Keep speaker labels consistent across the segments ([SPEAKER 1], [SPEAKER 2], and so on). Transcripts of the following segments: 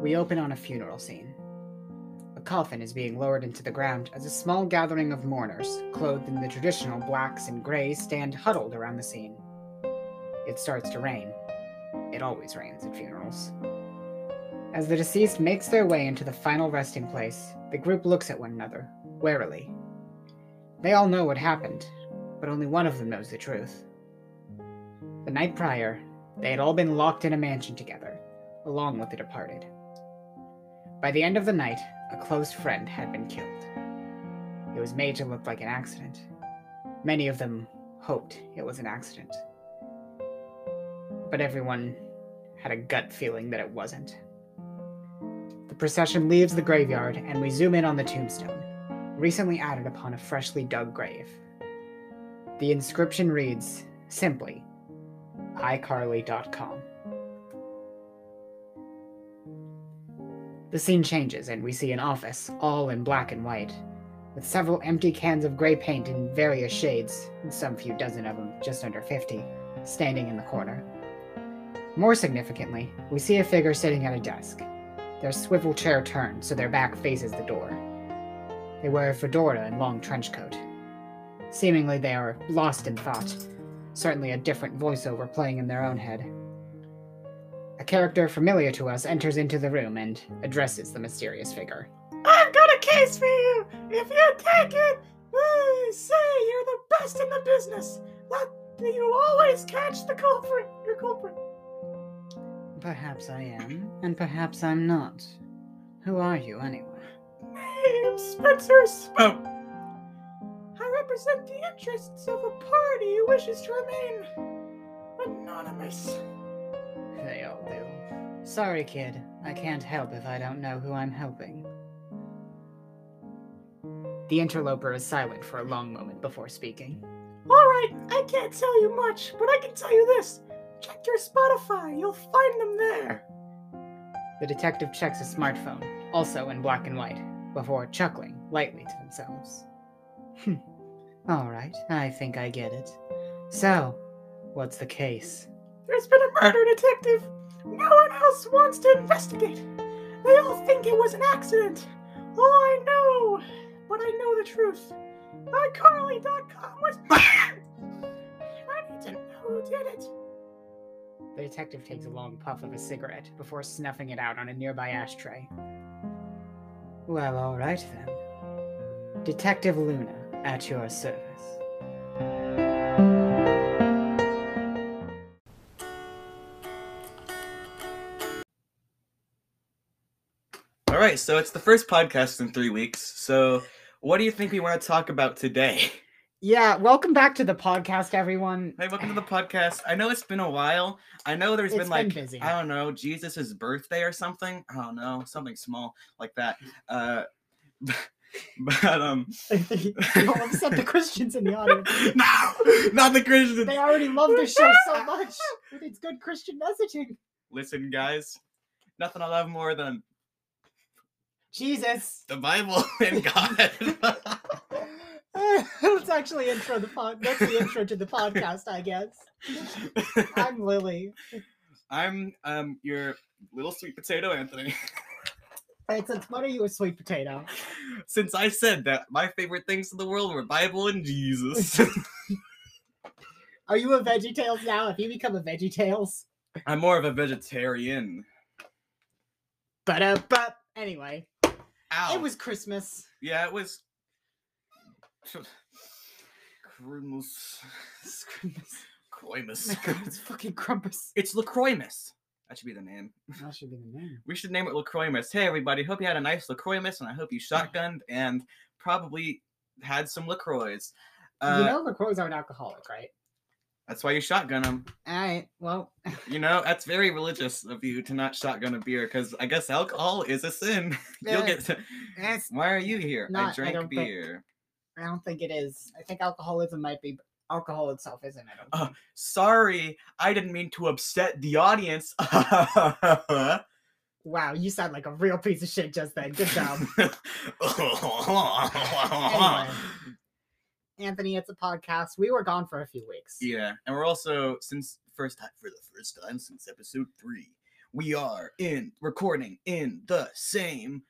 [SPEAKER 1] We open on a funeral scene. A coffin is being lowered into the ground as a small gathering of mourners, clothed in the traditional blacks and grays, stand huddled around the scene. It starts to rain. It always rains at funerals. As the deceased makes their way into the final resting place, the group looks at one another, warily. They all know what happened, but only one of them knows the truth. The night prior, they had all been locked in a mansion together, along with the departed. By the end of the night, a close friend had been killed. It was made to look like an accident. Many of them hoped it was an accident. But everyone had a gut feeling that it wasn't. The procession leaves the graveyard and we zoom in on the tombstone, recently added upon a freshly dug grave. The inscription reads simply iCarly.com. The scene changes, and we see an office, all in black and white, with several empty cans of gray paint in various shades, some few dozen of them, just under 50, standing in the corner. More significantly, we see a figure sitting at a desk, their swivel chair turned so their back faces the door. They wear a fedora and long trench coat. Seemingly, they are lost in thought, certainly a different voiceover playing in their own head. A character familiar to us enters into the room and addresses the mysterious figure.
[SPEAKER 2] I've got a case for you. If you take it, we say you're the best in the business. That you always catch the culprit. Your culprit.
[SPEAKER 1] Perhaps I am, and perhaps I'm not. Who are you, anyway?
[SPEAKER 2] Name Spencer Spout. I represent the interests of a party who wishes to remain anonymous.
[SPEAKER 1] They all do. Sorry, kid. I can't help if I don't know who I'm helping. The interloper is silent for a long moment before speaking.
[SPEAKER 2] All right, I can't tell you much, but I can tell you this. Check your Spotify. You'll find them there.
[SPEAKER 1] The detective checks his smartphone, also in black and white, before chuckling lightly to themselves. Hmm. All right, I think I get it. So, what's the case?
[SPEAKER 2] There's been a murder, detective. No one else wants to investigate. They all think it was an accident. Oh, I know, but I know the truth. iCarly.com was. I need to know who did it.
[SPEAKER 1] The detective takes a long puff of a cigarette before snuffing it out on a nearby ashtray. Well, all right then. Detective Luna, at your service.
[SPEAKER 3] All right, so it's the first podcast in three weeks. So, what do you think we want to talk about today?
[SPEAKER 1] Yeah, welcome back to the podcast, everyone.
[SPEAKER 3] Hey, welcome to the podcast. I know it's been a while. I know there's
[SPEAKER 1] It's
[SPEAKER 3] been like
[SPEAKER 1] been busy.
[SPEAKER 3] I don't know Jesus' birthday or something. I don't know something small like that. Uh, but um,
[SPEAKER 1] You'll upset the Christians in the audience.
[SPEAKER 3] no, not the Christians.
[SPEAKER 1] They already love this show so much with its good Christian messaging.
[SPEAKER 3] Listen, guys, nothing I love more than
[SPEAKER 1] Jesus.
[SPEAKER 3] the Bible and God.
[SPEAKER 1] Let's actually intro the pod. That's the intro to the podcast, I guess. I'm Lily.
[SPEAKER 3] I'm um your little sweet potato, Anthony.
[SPEAKER 1] It's since when are you a sweet potato?
[SPEAKER 3] Since I said that my favorite things in the world were Bible and Jesus.
[SPEAKER 1] Are you a Veggie Tales now? Have you become a Veggie Tales?
[SPEAKER 3] I'm more of a vegetarian.
[SPEAKER 1] But uh, but anyway,
[SPEAKER 3] Ow.
[SPEAKER 1] it was Christmas.
[SPEAKER 3] yeah, it was. Christmas.
[SPEAKER 1] It's Christmas. Oh my God,
[SPEAKER 3] Croimus.
[SPEAKER 1] it's fucking Krampus.
[SPEAKER 3] It's Lacroimus. That should be the name.
[SPEAKER 1] That should be the name.
[SPEAKER 3] We should name it Lacroimus. Hey everybody, hope you had a nice Lacroimus, and I hope you shotgunned and probably had some Lacroix. Uh,
[SPEAKER 1] you know, LaCroix are an alcoholic, right?
[SPEAKER 3] that's why you shotgun them.
[SPEAKER 1] All right. Well,
[SPEAKER 3] You know, that's very religious of you to not shotgun a beer because I guess alcohol is a sin. You'll
[SPEAKER 1] Yeah.
[SPEAKER 3] get. To...
[SPEAKER 1] that's,
[SPEAKER 3] Why are you here?
[SPEAKER 1] Not- I
[SPEAKER 3] I drank
[SPEAKER 1] don't think-
[SPEAKER 3] beer.
[SPEAKER 1] I don't think it is. I think alcoholism might be alcohol itself, isn't it?
[SPEAKER 3] Uh, Sorry, I didn't mean to upset the audience.
[SPEAKER 1] wow, you sound like a real piece of shit just then. Good job, Anthony. It's a podcast. We were gone for a few weeks.
[SPEAKER 3] Yeah, and we're also since first time for the first time since episode three, We are in recording in the same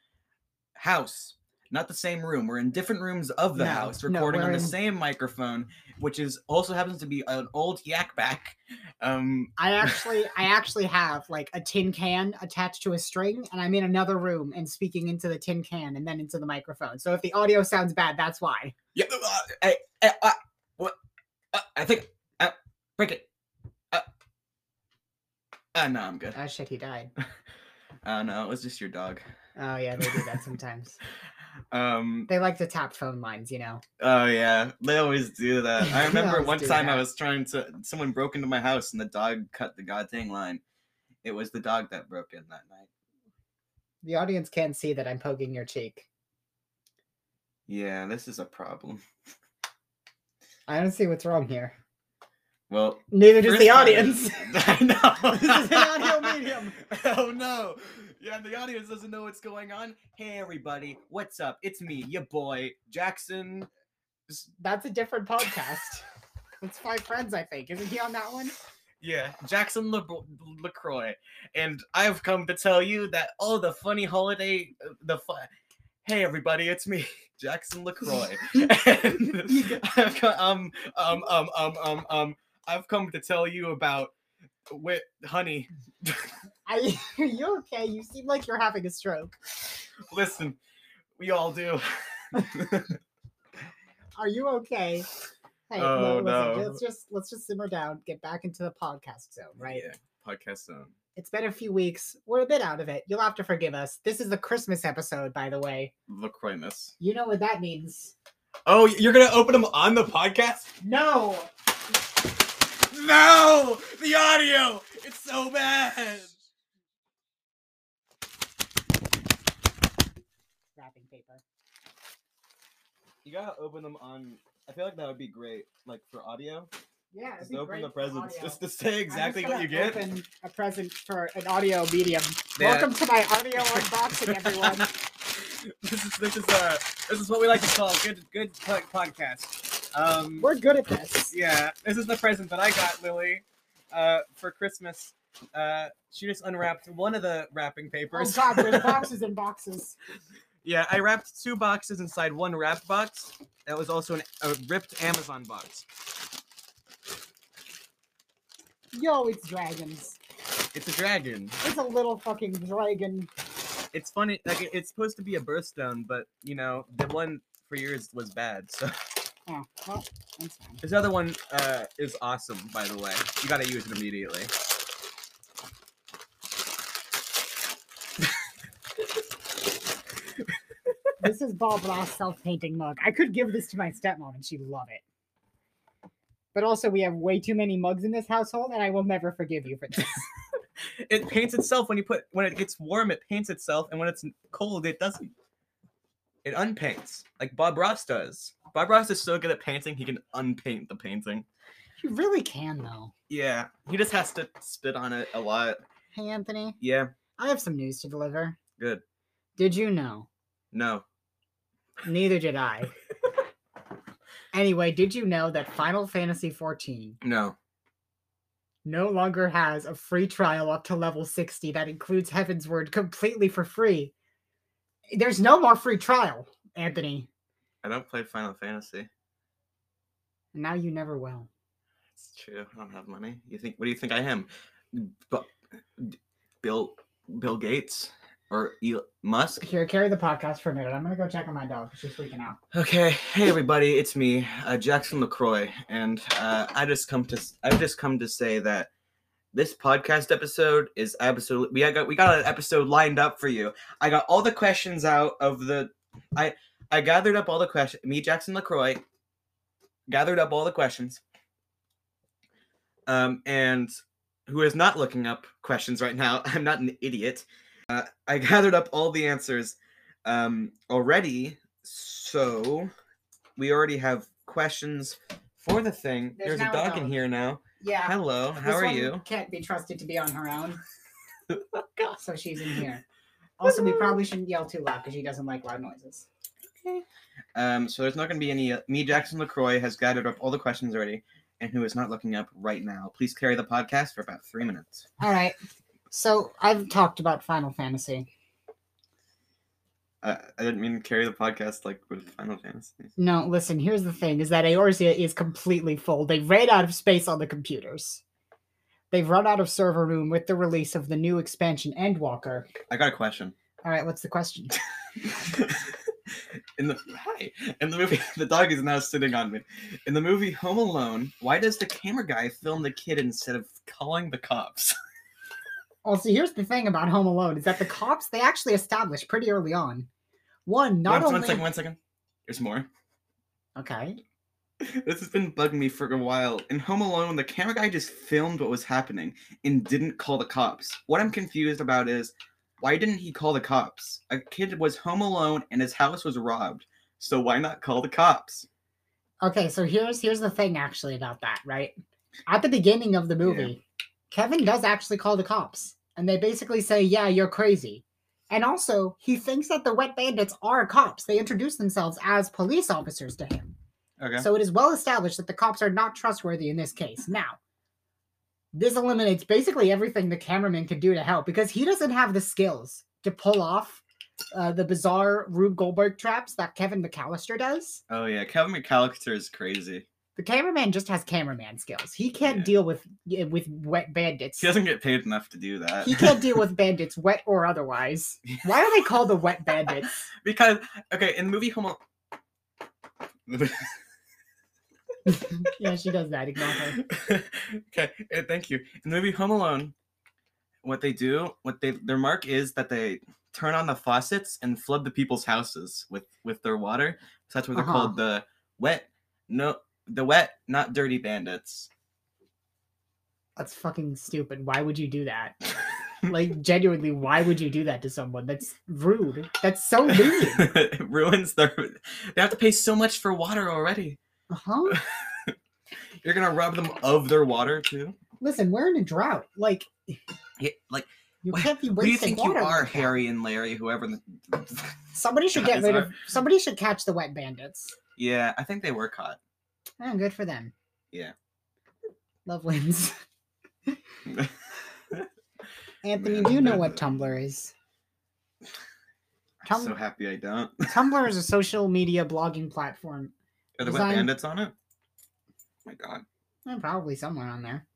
[SPEAKER 3] house. Not the same room. We're in different rooms of the
[SPEAKER 1] No,
[SPEAKER 3] house,
[SPEAKER 1] no,
[SPEAKER 3] recording on
[SPEAKER 1] we're
[SPEAKER 3] the
[SPEAKER 1] in-
[SPEAKER 3] same microphone, which is also happens to be an old yak back. Um,
[SPEAKER 1] I actually, I actually have like a tin can attached to a string, and I'm in another room and speaking into the tin can and then into the microphone. So if the audio sounds bad, that's why.
[SPEAKER 3] yeah, uh, I, I, I, what, uh, I think, uh, break it. Uh, uh, no, I'm good.
[SPEAKER 1] Oh shit, he died.
[SPEAKER 3] Uh, no, it was just your dog.
[SPEAKER 1] Oh yeah, they do that sometimes.
[SPEAKER 3] Um,
[SPEAKER 1] They like to tap phone lines, you know.
[SPEAKER 3] Oh yeah, they always do that. I
[SPEAKER 1] They
[SPEAKER 3] remember
[SPEAKER 1] always
[SPEAKER 3] one
[SPEAKER 1] do
[SPEAKER 3] time I
[SPEAKER 1] that.
[SPEAKER 3] was trying to. Someone broke into my house and the dog cut the goddamn line. It was the dog that broke in that night.
[SPEAKER 1] The audience can't see that I'm poking your cheek.
[SPEAKER 3] Yeah, this is a problem.
[SPEAKER 1] I don't see what's wrong here.
[SPEAKER 3] Well,
[SPEAKER 1] Neither does
[SPEAKER 3] first
[SPEAKER 1] the
[SPEAKER 3] time-
[SPEAKER 1] audience.
[SPEAKER 3] I know.
[SPEAKER 1] This is an audio medium.
[SPEAKER 3] Oh no! Yeah, the audience doesn't know what's going on. Hey everybody, what's up? It's me, your boy Jackson.
[SPEAKER 1] That's a different podcast. It's five friends, I think. Isn't he on that one?
[SPEAKER 3] Yeah, Jackson Le- Lacroix, and I've come to tell you that all the funny holiday, uh, the fun. Hey everybody, it's me, Jackson Lacroix. and I've come, um, um, um, um, um, um, I've come to tell you about wit, honey.
[SPEAKER 1] I, are you okay? You seem like you're having a stroke.
[SPEAKER 3] Listen, we all do.
[SPEAKER 1] Are you okay? Hey,
[SPEAKER 3] Oh,
[SPEAKER 1] listen,
[SPEAKER 3] no.
[SPEAKER 1] let's just let's just simmer down, get back into the podcast zone, right?
[SPEAKER 3] Yeah, podcast uh, zone.
[SPEAKER 1] It's been a few weeks. We're a bit out of it. You'll have to forgive us. This is the Christmas episode, by the way.
[SPEAKER 3] Lacroix miss.
[SPEAKER 1] You know what that means.
[SPEAKER 3] Oh, you're gonna open them on the podcast?
[SPEAKER 1] No!
[SPEAKER 3] No! The audio! It's so bad!
[SPEAKER 1] Wrapping paper.
[SPEAKER 3] You gotta open them on. I feel like that would be great, like for audio.
[SPEAKER 1] Yeah, it'd
[SPEAKER 3] Just
[SPEAKER 1] be
[SPEAKER 3] open
[SPEAKER 1] great
[SPEAKER 3] the
[SPEAKER 1] for
[SPEAKER 3] presents,
[SPEAKER 1] audio.
[SPEAKER 3] just to say
[SPEAKER 1] I'm
[SPEAKER 3] exactly
[SPEAKER 1] just gonna
[SPEAKER 3] what you get.
[SPEAKER 1] Open a present for an audio medium.
[SPEAKER 3] Yeah.
[SPEAKER 1] Welcome to my audio unboxing, everyone.
[SPEAKER 3] this is this is uh this is what we like to call good good po- podcast. Um,
[SPEAKER 1] We're good at this. Oh,
[SPEAKER 3] yeah, this is the present that I got Lily, uh, for Christmas. Uh, she just unwrapped one of the wrapping
[SPEAKER 1] Oh
[SPEAKER 3] papers.
[SPEAKER 1] god, there's boxes and boxes.
[SPEAKER 3] yeah, I wrapped two boxes inside one wrapped box. That was also an, a ripped Amazon box.
[SPEAKER 1] Yo, it's dragons.
[SPEAKER 3] It's a dragon.
[SPEAKER 1] It's a little fucking dragon.
[SPEAKER 3] it's funny like it- it's supposed to be a birthstone but you know the one for yours was bad so
[SPEAKER 1] Oh, well, that's fine.
[SPEAKER 3] this other one uh is awesome by the way you gotta use it immediately
[SPEAKER 1] This is Bob Ross self-painting mug. I could give this to my stepmom and she'd love it. But also, we have way too many mugs in this household, and I will never forgive you for this.
[SPEAKER 3] it paints itself when you put when it gets warm it paints itself and when it's cold it doesn't it unpaints like bob ross does bob ross is so good at painting he can unpaint the painting
[SPEAKER 1] you really can, though.
[SPEAKER 3] yeah he just has to spit on it a lot
[SPEAKER 1] Hey, Anthony,
[SPEAKER 3] yeah
[SPEAKER 1] I have some news to deliver.
[SPEAKER 3] good
[SPEAKER 1] Did you know?
[SPEAKER 3] no
[SPEAKER 1] Neither did I. anyway, did you know that Final Fantasy XIV
[SPEAKER 3] no
[SPEAKER 1] no longer has a free trial up to level 60 that includes Heaven's Word completely for free? There's no more free trial, Anthony.
[SPEAKER 3] i don't play final fantasy
[SPEAKER 1] And now you never will.
[SPEAKER 3] It's true. I don't have money. You think? What do you think I am? But Bill Bill Gates or Elon Musk?
[SPEAKER 1] Here, carry the podcast for a minute. I'm gonna go check on my dog. 'cause She's freaking out.
[SPEAKER 3] Okay. Hey everybody, it's me, uh, Jackson Lacroix, and uh, I just come to s- I've just come to say that this podcast episode is absolutely we got we got an episode lined up for you. I got all the questions out of the I I gathered up all the questions. Me Jackson Lacroix gathered up all the questions. Um, and who is not looking up questions right now? I'm not an idiot. Uh, I gathered up all the answers um, already so we already have questions for the thing.
[SPEAKER 1] There's
[SPEAKER 3] There's,
[SPEAKER 1] now
[SPEAKER 3] a
[SPEAKER 1] a
[SPEAKER 3] dog in
[SPEAKER 1] dog.
[SPEAKER 3] here now.
[SPEAKER 1] Yeah.
[SPEAKER 3] Hello, how are you? Oh,
[SPEAKER 1] Can't be trusted to be on her own. so she's in here. Also, we probably shouldn't yell too loud because she doesn't like loud noises.
[SPEAKER 3] Um, so there's not going to be any. Uh, me, Jackson Lacroix, has gathered up all the questions already, and who is not looking up right now. Please carry the podcast for about three minutes.
[SPEAKER 1] All right. So I've talked about Final Fantasy.
[SPEAKER 3] I, Uh, I didn't mean to carry the podcast like with Final Fantasy.
[SPEAKER 1] No, listen, here's the thing is that Eorzea is completely full. They ran out of space on the computers. They've run out of server room with the release of the new expansion Endwalker.
[SPEAKER 3] I got a question.
[SPEAKER 1] All right, what's the question?
[SPEAKER 3] in the hi, in the movie, the dog is now sitting on me. In the movie Home Alone, why does the camera guy film the kid instead of calling the cops?
[SPEAKER 1] Also, here's the thing about Home Alone is that the cops they actually established pretty early on. One, not
[SPEAKER 3] one,
[SPEAKER 1] only
[SPEAKER 3] one second, one second. There's more.
[SPEAKER 1] okay,
[SPEAKER 3] This has been bugging me for a while. In Home Alone, the camera guy just filmed what was happening and didn't call the cops. What I'm confused about is why didn't he call the cops? A kid was home alone and his house was robbed. So why not call the cops?
[SPEAKER 1] okay. So here's here's the thing actually about that. Right at the beginning of the movie, Kevin does actually call the cops, and they basically say, "Yeah, you're crazy." And also, he thinks that the wet bandits are cops. They introduce themselves as police officers to him.
[SPEAKER 3] Okay.
[SPEAKER 1] So it is well established that the cops are not trustworthy in this case. Now, this eliminates basically everything the cameraman could do to help because he doesn't have the skills to pull off uh, the bizarre Rube Goldberg traps that Kevin McAllister does.
[SPEAKER 3] oh yeah, Kevin McAllister is crazy.
[SPEAKER 1] The cameraman just has cameraman skills. He can't
[SPEAKER 3] Yeah.
[SPEAKER 1] deal with yeah, with wet bandits.
[SPEAKER 3] He doesn't get paid enough to do that.
[SPEAKER 1] He can't deal with bandits, wet or otherwise. Why are they called the wet bandits?
[SPEAKER 3] because okay, in the movie Home Alone.
[SPEAKER 1] yeah, she does that. Ignore her.
[SPEAKER 3] okay, uh, thank you. In the movie Home Alone, what they do, what they their mark is that they turn on the faucets and flood the people's houses with with their water. So that's what they're
[SPEAKER 1] Uh-huh.
[SPEAKER 3] called the wet no the wet not dirty bandits.
[SPEAKER 1] That's fucking stupid. Why would you do that? Like genuinely, why would you do that to someone? That's rude. That's so mean.
[SPEAKER 3] it ruins their they have to pay so much for water already.
[SPEAKER 1] Huh?
[SPEAKER 3] You're going to rob them of their water too?
[SPEAKER 1] Listen, we're in a drought. Like
[SPEAKER 3] Yeah, like
[SPEAKER 1] you
[SPEAKER 3] Wha-
[SPEAKER 1] can't be
[SPEAKER 3] who do you
[SPEAKER 1] wasting
[SPEAKER 3] think you
[SPEAKER 1] water
[SPEAKER 3] are,
[SPEAKER 1] like that.
[SPEAKER 3] Harry and Larry, whoever the
[SPEAKER 1] Somebody should get
[SPEAKER 3] guys
[SPEAKER 1] rid
[SPEAKER 3] are?
[SPEAKER 1] of. Somebody should catch the wet bandits.
[SPEAKER 3] Yeah, I think they were caught.
[SPEAKER 1] Oh, good for them.
[SPEAKER 3] Yeah.
[SPEAKER 1] Love wins. Anthony, do you know what Tumblr is?
[SPEAKER 3] I'm
[SPEAKER 1] Tum-
[SPEAKER 3] so happy I don't.
[SPEAKER 1] Tumblr is a social media blogging platform.
[SPEAKER 3] Are the wet
[SPEAKER 1] Design-
[SPEAKER 3] bandits on it? my god.
[SPEAKER 1] Eh, probably somewhere on there.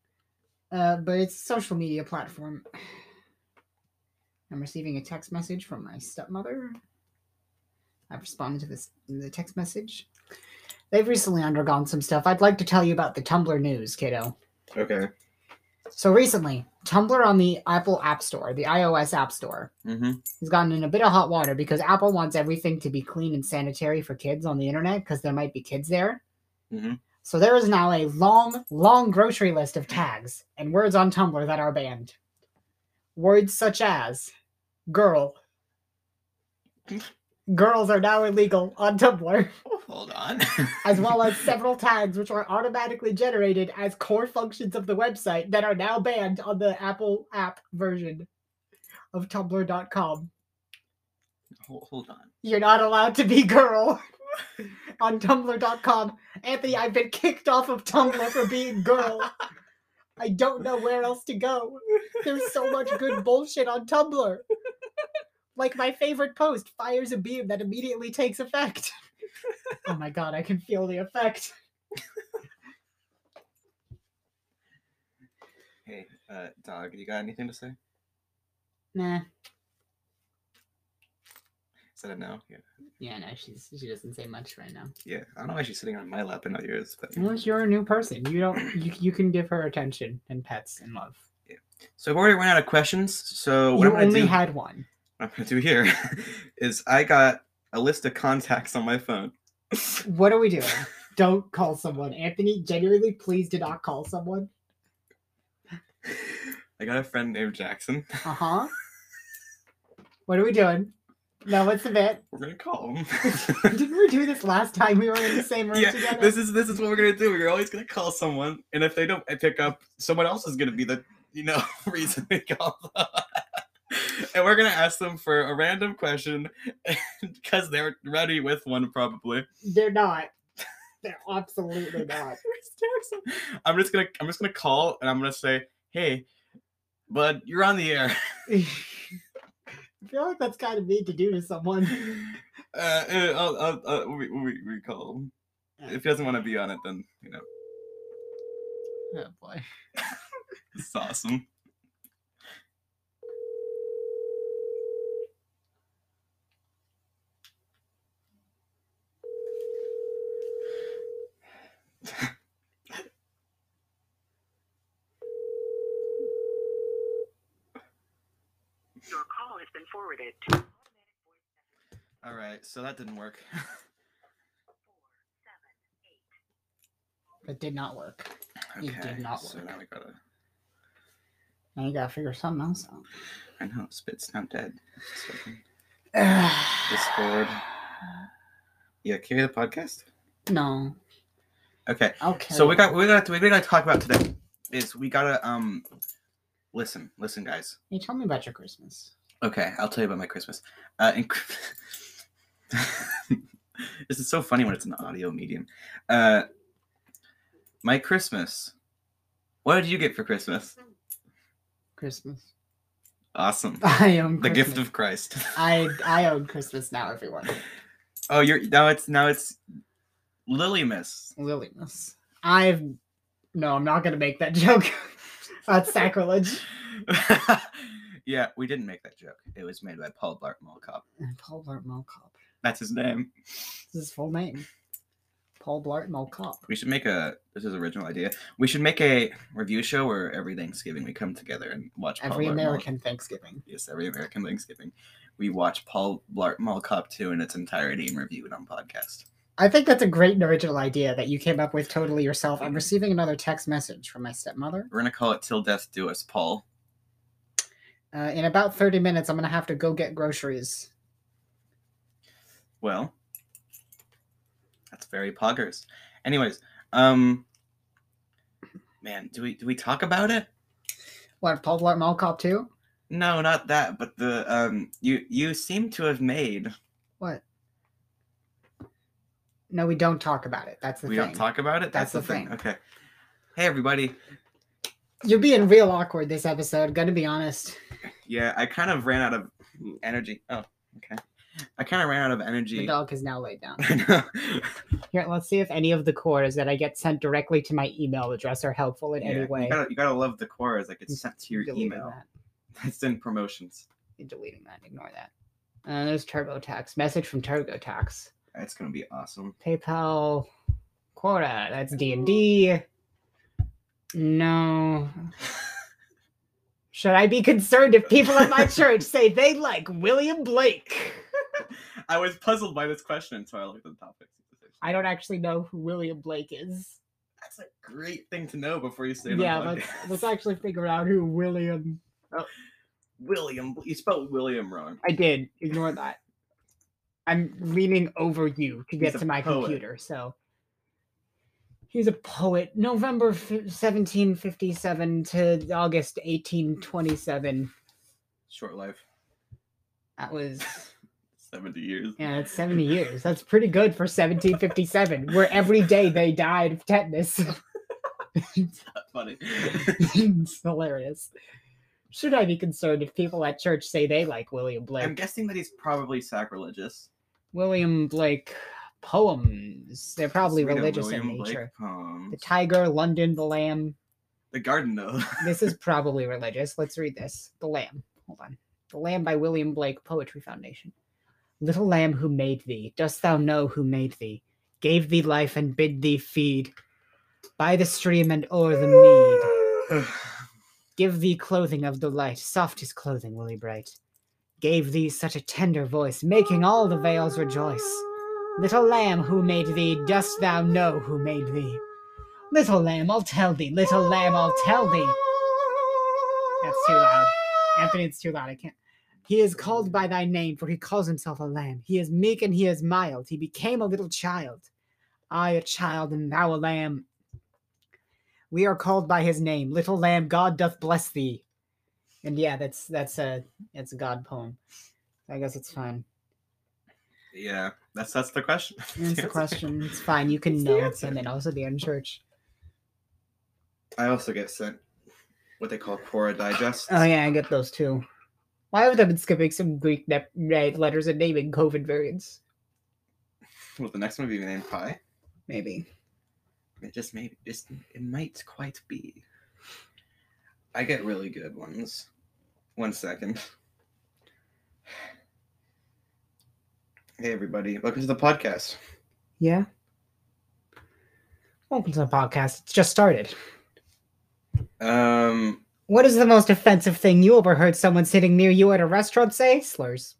[SPEAKER 1] Uh, but it's a social media platform. I'm receiving a text message from my stepmother. I've responded to this the text message. They've recently undergone some stuff. I'd like to tell you about the Tumblr news, kiddo.
[SPEAKER 3] Okay.
[SPEAKER 1] So recently, Tumblr on the Apple App Store, the iOS App Store,
[SPEAKER 3] Mm-hmm.
[SPEAKER 1] has gotten in a bit of hot water because Apple wants everything to be clean and sanitary for kids on the internet because there might be kids there.
[SPEAKER 3] Mhm.
[SPEAKER 1] So there is now a long, long grocery list of tags and words on Tumblr that are banned. Words such as girl. Girls are now illegal on Tumblr,
[SPEAKER 3] Hold on.
[SPEAKER 1] as well as several tags which are automatically generated as core functions of the website that are now banned on the Apple app version of Tumblr.com
[SPEAKER 3] Hold, hold on.
[SPEAKER 1] you're not allowed to be girl on tumblr.com anthony i've been kicked off of tumblr for being girl i don't know where else to go there's so much good bullshit on tumblr like my favorite post fires a beam that immediately takes effect oh my god i can feel the effect
[SPEAKER 3] Hey, uh, dog, you got anything to say?
[SPEAKER 1] nah
[SPEAKER 3] Is that a no? Yeah.
[SPEAKER 1] yeah no she's she doesn't say much right now
[SPEAKER 3] Yeah. I don't know why she's sitting on my lap and not yours, but
[SPEAKER 1] well you're a new person you don't you, you can give her attention and pets and love
[SPEAKER 3] so I've already run out of questions. So what
[SPEAKER 1] you
[SPEAKER 3] I'm gonna
[SPEAKER 1] only
[SPEAKER 3] do,
[SPEAKER 1] had one
[SPEAKER 3] what I'm gonna do here, is I got a list of contacts on my phone.
[SPEAKER 1] What are we doing? Don't call someone. Anthony, genuinely, please do not call someone.
[SPEAKER 3] I got a friend named Jackson.
[SPEAKER 1] Uh huh. What are we doing? Now, what's the bet?
[SPEAKER 3] We're gonna call him.
[SPEAKER 1] Didn't we do this last time we were in the same room
[SPEAKER 3] yeah,
[SPEAKER 1] together?
[SPEAKER 3] this is this is what we're gonna do. We're always gonna call someone, and if they don't pick up, someone else is gonna be the you know reason they call them. and we're gonna ask them for a random question because they're ready with one probably.
[SPEAKER 1] They're not. They're absolutely not.
[SPEAKER 3] Where's Jackson? I'm just gonna I'm just gonna call and I'm gonna say, hey, but you're on the air.
[SPEAKER 1] I feel like that's kind of mean to do to someone.
[SPEAKER 3] Uh, uh, I'll, I'll, uh, we, we, we call him. If he doesn't want to be on it, then, you know,
[SPEAKER 1] Oh boy.
[SPEAKER 3] it's awesome.
[SPEAKER 4] Your call has been forwarded to automatic voice message
[SPEAKER 3] All right, so that didn't work.
[SPEAKER 4] four seven eight.
[SPEAKER 1] That did not work. It did not
[SPEAKER 3] So
[SPEAKER 1] work.
[SPEAKER 3] now we gotta.
[SPEAKER 1] Now you gotta figure something else out.
[SPEAKER 3] I know, Spit's not dead. It's fucking Discord.
[SPEAKER 1] Discord.
[SPEAKER 3] Yeah, carry the podcast.
[SPEAKER 1] No.
[SPEAKER 3] Okay,
[SPEAKER 1] Okay.
[SPEAKER 3] so we got we got we got to talk about today is we gotta um listen listen guys.
[SPEAKER 1] You tell me about your Christmas.
[SPEAKER 3] Okay, I'll tell you about my Christmas. Uh, in... this is so funny when it's an audio medium. Uh, my Christmas. What did you get for Christmas?
[SPEAKER 1] Christmas.
[SPEAKER 3] Awesome.
[SPEAKER 1] I own
[SPEAKER 3] The gift
[SPEAKER 1] Christmas.
[SPEAKER 3] of Christ.
[SPEAKER 1] I I own Christmas now, everyone.
[SPEAKER 3] Oh, you're now it's now it's Lily Miss.
[SPEAKER 1] Lilymas. I've no, I'm not gonna make that joke. That's sacrilege.
[SPEAKER 3] yeah, we didn't make that joke. It was made by Paul Blart Mall Cop.
[SPEAKER 1] Paul Blart Mall Cop.
[SPEAKER 3] That's his name.
[SPEAKER 1] This is his full name. Paul Blart Mall Cop.
[SPEAKER 3] We should make a. This is original idea. We should make a review show where every Thanksgiving we come together and watch Paul
[SPEAKER 1] Every
[SPEAKER 3] Blart Mall-
[SPEAKER 1] American Thanksgiving.
[SPEAKER 3] Yes, every American Thanksgiving, we watch Paul Blart Mall Cop two in its entirety and review it on podcast.
[SPEAKER 1] I think that's a great and original idea that you came up with totally yourself. I'm receiving another text message from my stepmother.
[SPEAKER 3] We're gonna call it "Till Death Do Us," Paul.
[SPEAKER 1] Uh, in about 30 minutes, I'm gonna have to go get groceries.
[SPEAKER 3] Well, that's very poggers. Anyways, um, man, do we do we talk about it?
[SPEAKER 1] What, Paul Blart Mall Cop 2?
[SPEAKER 3] No, not that. But the um, you you seem to have made.
[SPEAKER 1] What? No, we don't talk about it. That's the
[SPEAKER 3] we
[SPEAKER 1] thing.
[SPEAKER 3] don't talk about it.
[SPEAKER 1] That's the thing.
[SPEAKER 3] Okay. Hey everybody.
[SPEAKER 1] You're being real awkward this episode, gonna be honest.
[SPEAKER 3] Yeah, I kind of ran out of energy. Oh, okay. I kind of ran out of
[SPEAKER 1] The
[SPEAKER 3] energy.
[SPEAKER 1] dog has now laid down.
[SPEAKER 3] I know.
[SPEAKER 1] Here, let's see if any of the cores that I get sent directly to my email address are helpful in
[SPEAKER 3] Yeah,
[SPEAKER 1] any way.
[SPEAKER 3] You gotta, you gotta love the chorus. Like it's sent to your
[SPEAKER 1] Deleting
[SPEAKER 3] email.
[SPEAKER 1] that.
[SPEAKER 3] It's in promotions.
[SPEAKER 1] You're deleting that. Ignore that. Uh, there's TurboTax. Message from TurboTax.
[SPEAKER 3] That's gonna be awesome.
[SPEAKER 1] PayPal quota. That's D and D. No. Should I be concerned if people at my church say they like William Blake?
[SPEAKER 3] I was puzzled by this question until I looked at the topics.
[SPEAKER 1] I don't actually know who William Blake is.
[SPEAKER 3] That's a great thing to know before you say.
[SPEAKER 1] Yeah, let's, let's actually figure out who William.
[SPEAKER 3] William. You spelled William wrong.
[SPEAKER 1] I did. Ignore that. I'm leaning over you to get
[SPEAKER 3] a
[SPEAKER 1] to my
[SPEAKER 3] poet.
[SPEAKER 1] computer, so. He's a poet. November f- 1757 to August 1827.
[SPEAKER 3] Short life.
[SPEAKER 1] That was
[SPEAKER 3] Seventy years.
[SPEAKER 1] yeah, that's seventy years. That's pretty good for 1757, where every day they died of tetanus.
[SPEAKER 3] That's funny.
[SPEAKER 1] it's hilarious. Should I be concerned if people at church say they like William Blake?
[SPEAKER 3] I'm guessing that he's probably sacrilegious.
[SPEAKER 1] William Blake poems. They're probably
[SPEAKER 3] Let's read a
[SPEAKER 1] religious in
[SPEAKER 3] William Blake
[SPEAKER 1] nature.
[SPEAKER 3] poem.
[SPEAKER 1] The tiger, London, the lamb.
[SPEAKER 3] The garden though.
[SPEAKER 1] This is probably religious. Let's read this. The Lamb. Hold on. The Lamb by William Blake, Poetry Foundation. Little lamb who made thee, dost thou know who made thee? Gave thee life and bid thee feed by the stream and o'er the mead. Give thee clothing of delight, soft is clothing, Willie Bright. Gave thee such a tender voice, making all the vales rejoice. Little lamb who made thee, dost thou know who made thee? Little lamb, I'll tell thee, little lamb, I'll tell thee. That's too loud. Anthony, it's too loud. I can't. He is called by thy name, for he calls himself a lamb. He is meek and he is mild. He became a little child. I, a child, and thou a lamb. We are called by his name. Little lamb, God doth bless thee. And yeah, that's that's a that's a God poem. I guess it's fine.
[SPEAKER 3] yeah, that's that's the question.
[SPEAKER 1] That's the
[SPEAKER 3] Yes.
[SPEAKER 1] question. It's fine. You can
[SPEAKER 3] It's the
[SPEAKER 1] know.
[SPEAKER 3] answer.
[SPEAKER 1] And then also the unchurch.
[SPEAKER 3] I also get sent what they call Quora Digest.
[SPEAKER 5] Oh yeah, I get those too. Why haven't I been skipping some Greek ne- ne- letters and naming COVID variants?
[SPEAKER 3] Well, the next one would be named Pi.
[SPEAKER 5] Maybe.
[SPEAKER 3] It just may, just it might quite be. I get really good ones. One second. Hey everybody, welcome to the podcast.
[SPEAKER 5] Yeah. Welcome to the podcast. It's just started.
[SPEAKER 3] Um,
[SPEAKER 5] What is the most offensive thing you overheard someone sitting near you at a restaurant say? Slurs.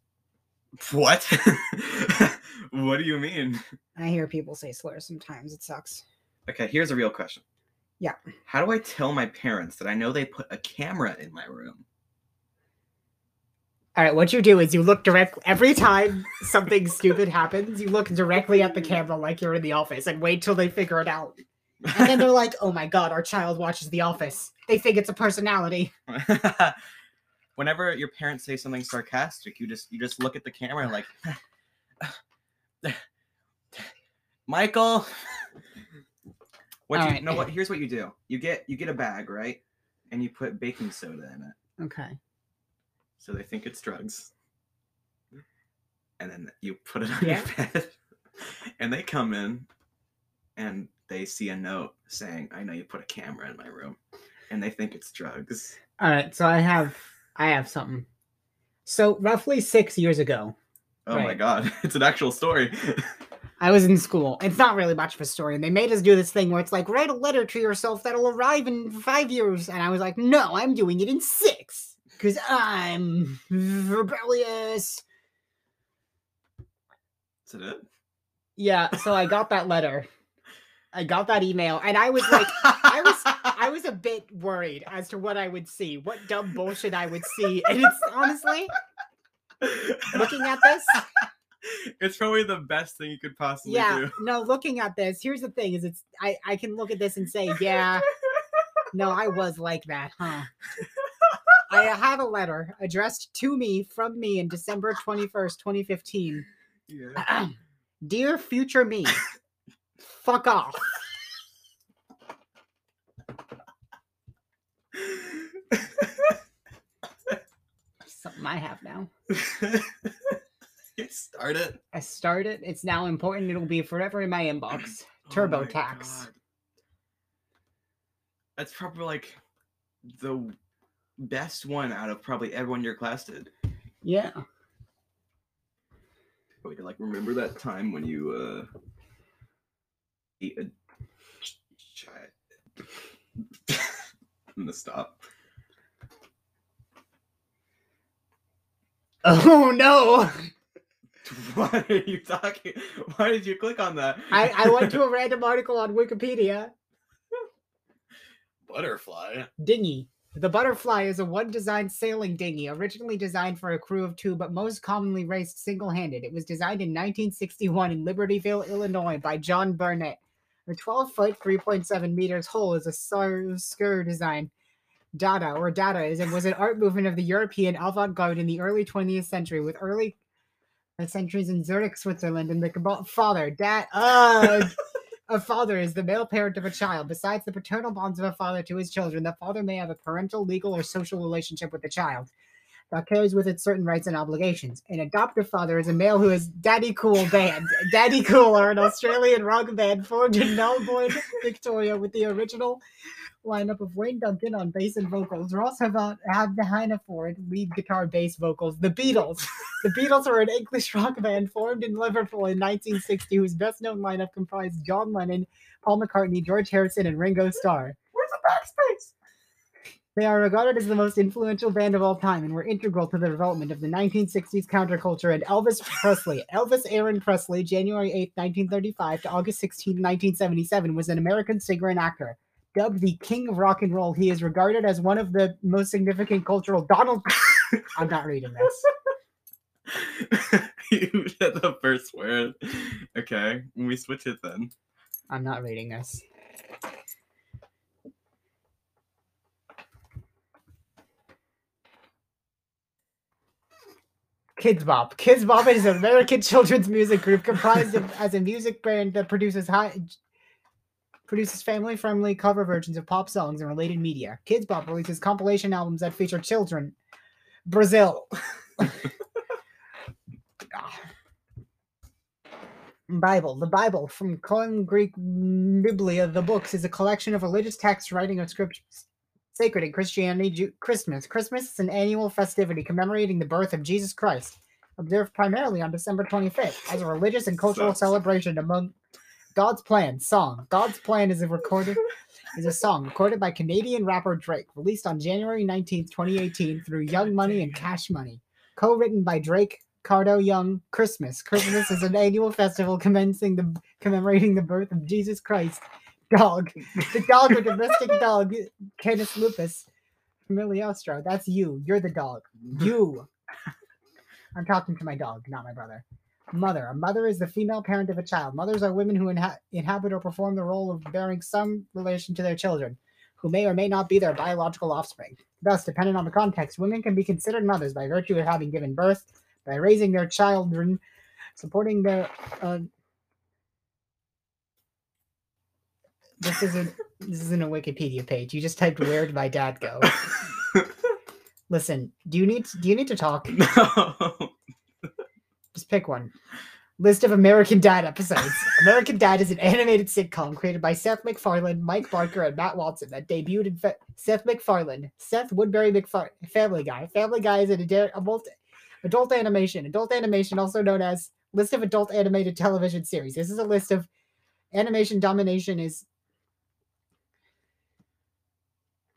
[SPEAKER 3] what? what do you mean?
[SPEAKER 5] I hear people say slurs sometimes. It sucks.
[SPEAKER 3] Okay, here's a real question.
[SPEAKER 5] Yeah.
[SPEAKER 3] How do I tell my parents that I know they put a camera in my room?
[SPEAKER 5] All right, what you do is you look direct every time something stupid happens, you look directly at the camera like you're in the office and wait till they figure it out. And then they're like, "Oh my god, our child watches The Office. They think it's a personality."
[SPEAKER 3] Whenever your parents say something sarcastic, you just you just look at the camera like Michael. What you,
[SPEAKER 5] Alright.
[SPEAKER 3] no what here's what you do. You get you get a bag, right? And you put baking soda in it.
[SPEAKER 5] Okay.
[SPEAKER 3] So they think it's drugs. And then you put it on your
[SPEAKER 5] Yeah.
[SPEAKER 3] bed. And they come in and they see a note saying, I know you put a camera in my room. And they think it's drugs.
[SPEAKER 5] All right, so I have I have something. So, roughly 6 years ago,
[SPEAKER 3] Oh my
[SPEAKER 5] Right.
[SPEAKER 3] god, it's an actual story.
[SPEAKER 5] I was in school. It's not really much of a story, and they made us do this thing where it's like write a letter to yourself that'll arrive in 5 years, and I was like, "No, I'm doing it in 6 cuz I'm rebellious."
[SPEAKER 3] Is it it?
[SPEAKER 5] Yeah, so I got that letter. I got that email and I was like I was I was a bit worried as to what I would see, what dumb bullshit I would see. And it's honestly looking at this,
[SPEAKER 3] it's probably the best thing you could possibly
[SPEAKER 5] yeah,
[SPEAKER 3] do.
[SPEAKER 5] no, looking at this, here's the thing is it's I I can look at this and say, yeah, no, I was like that, huh? I had a letter addressed to me from me in December 21st, 2015.
[SPEAKER 3] Yeah.
[SPEAKER 5] Dear future me, fuck off. Something I have now.
[SPEAKER 3] you start it.
[SPEAKER 5] I started. It's now important. It'll be forever in my inbox.
[SPEAKER 3] Oh my
[SPEAKER 5] TurboTax.
[SPEAKER 3] God. That's probably like the best one out of probably everyone in your class did.
[SPEAKER 5] Yeah.
[SPEAKER 3] Wait, like remember that time when you uh ate a ch- child? I'm gonna stop.
[SPEAKER 5] Oh no!
[SPEAKER 3] Why are you talking? Why did you click on that?
[SPEAKER 5] I, I went to a random article on Wikipedia.
[SPEAKER 3] butterfly.
[SPEAKER 5] Dinghy. The butterfly is a one design sailing dinghy originally designed for a crew of two, but most commonly raced single handed. It was designed in 1961 in Libertyville, Illinois by John Burnett. The 12 foot, 3.7 meters hull is a Sarskar design. Dada or Dadaism was an art movement of the European avant garde in the early 20th century, with early centuries in Zurich, Switzerland, and the Cabal- father, Dad, uh, a father is the male parent of a child. Besides the paternal bonds of a father to his children, the father may have a parental, legal, or social relationship with the child that carries with it certain rights and obligations. An adoptive father is a male who is Daddy Cool Band. Daddy Cool are an Australian rock band formed in Melbourne, Victoria, with the original lineup of Wayne Duncan on bass and vocals, Ross uh, Havant, Hannah Ford, lead guitar, bass, vocals, The Beatles. The Beatles are an English rock band formed in Liverpool in 1960 whose best known lineup comprised John Lennon, Paul McCartney, George Harrison, and Ringo Starr.
[SPEAKER 6] Where's the
[SPEAKER 5] They are regarded as the most influential band of all time and were integral to the development of the 1960s counterculture and Elvis Presley. Elvis Aaron Presley, January 8, 1935 to August 16, 1977, was an American singer and actor. Dubbed the King of Rock and Roll, he is regarded as one of the most significant cultural Donald. I'm not reading this.
[SPEAKER 3] you said the first word. Okay, we switch it then.
[SPEAKER 5] I'm not reading this. Kids Bop. Kids Bop is an American children's music group comprised of as a music band that produces high produces family friendly cover versions of pop songs and related media. Kids Bop releases compilation albums that feature children. Brazil. Ah. Bible. The Bible, from Koine Greek Biblia, the books, is a collection of religious texts, writing of scriptures. Sacred in Christianity, Ju- Christmas. Christmas is an annual festivity commemorating the birth of Jesus Christ, observed primarily on December 25th as a religious and cultural
[SPEAKER 3] Sucks.
[SPEAKER 5] celebration among God's Plan song. God's Plan is a recorded is a song recorded by Canadian rapper Drake, released on January 19th, 2018 through Young Money and Cash Money. Co-written by Drake, Cardo Young, Christmas. Christmas is an annual festival commencing the commemorating the birth of Jesus Christ. Dog. The dog or domestic dog, Canis lupus. Familiostro. That's you. You're the dog. You. I'm talking to my dog, not my brother. Mother. A mother is the female parent of a child. Mothers are women who inha- inhabit or perform the role of bearing some relation to their children, who may or may not be their biological offspring. Thus, depending on the context, women can be considered mothers by virtue of having given birth, by raising their children, supporting their. Uh, this isn't. This isn't a Wikipedia page. You just typed "Where did my dad go?" Listen, do you need do you need to talk?
[SPEAKER 3] no.
[SPEAKER 5] Just pick one. List of American Dad episodes. American Dad is an animated sitcom created by Seth MacFarlane, Mike Barker, and Matt Watson that debuted in Fe- Seth MacFarlane, Seth Woodbury McFar- Family Guy. Family Guy is an adar- adult adult animation. Adult animation, also known as list of adult animated television series. This is a list of animation domination is.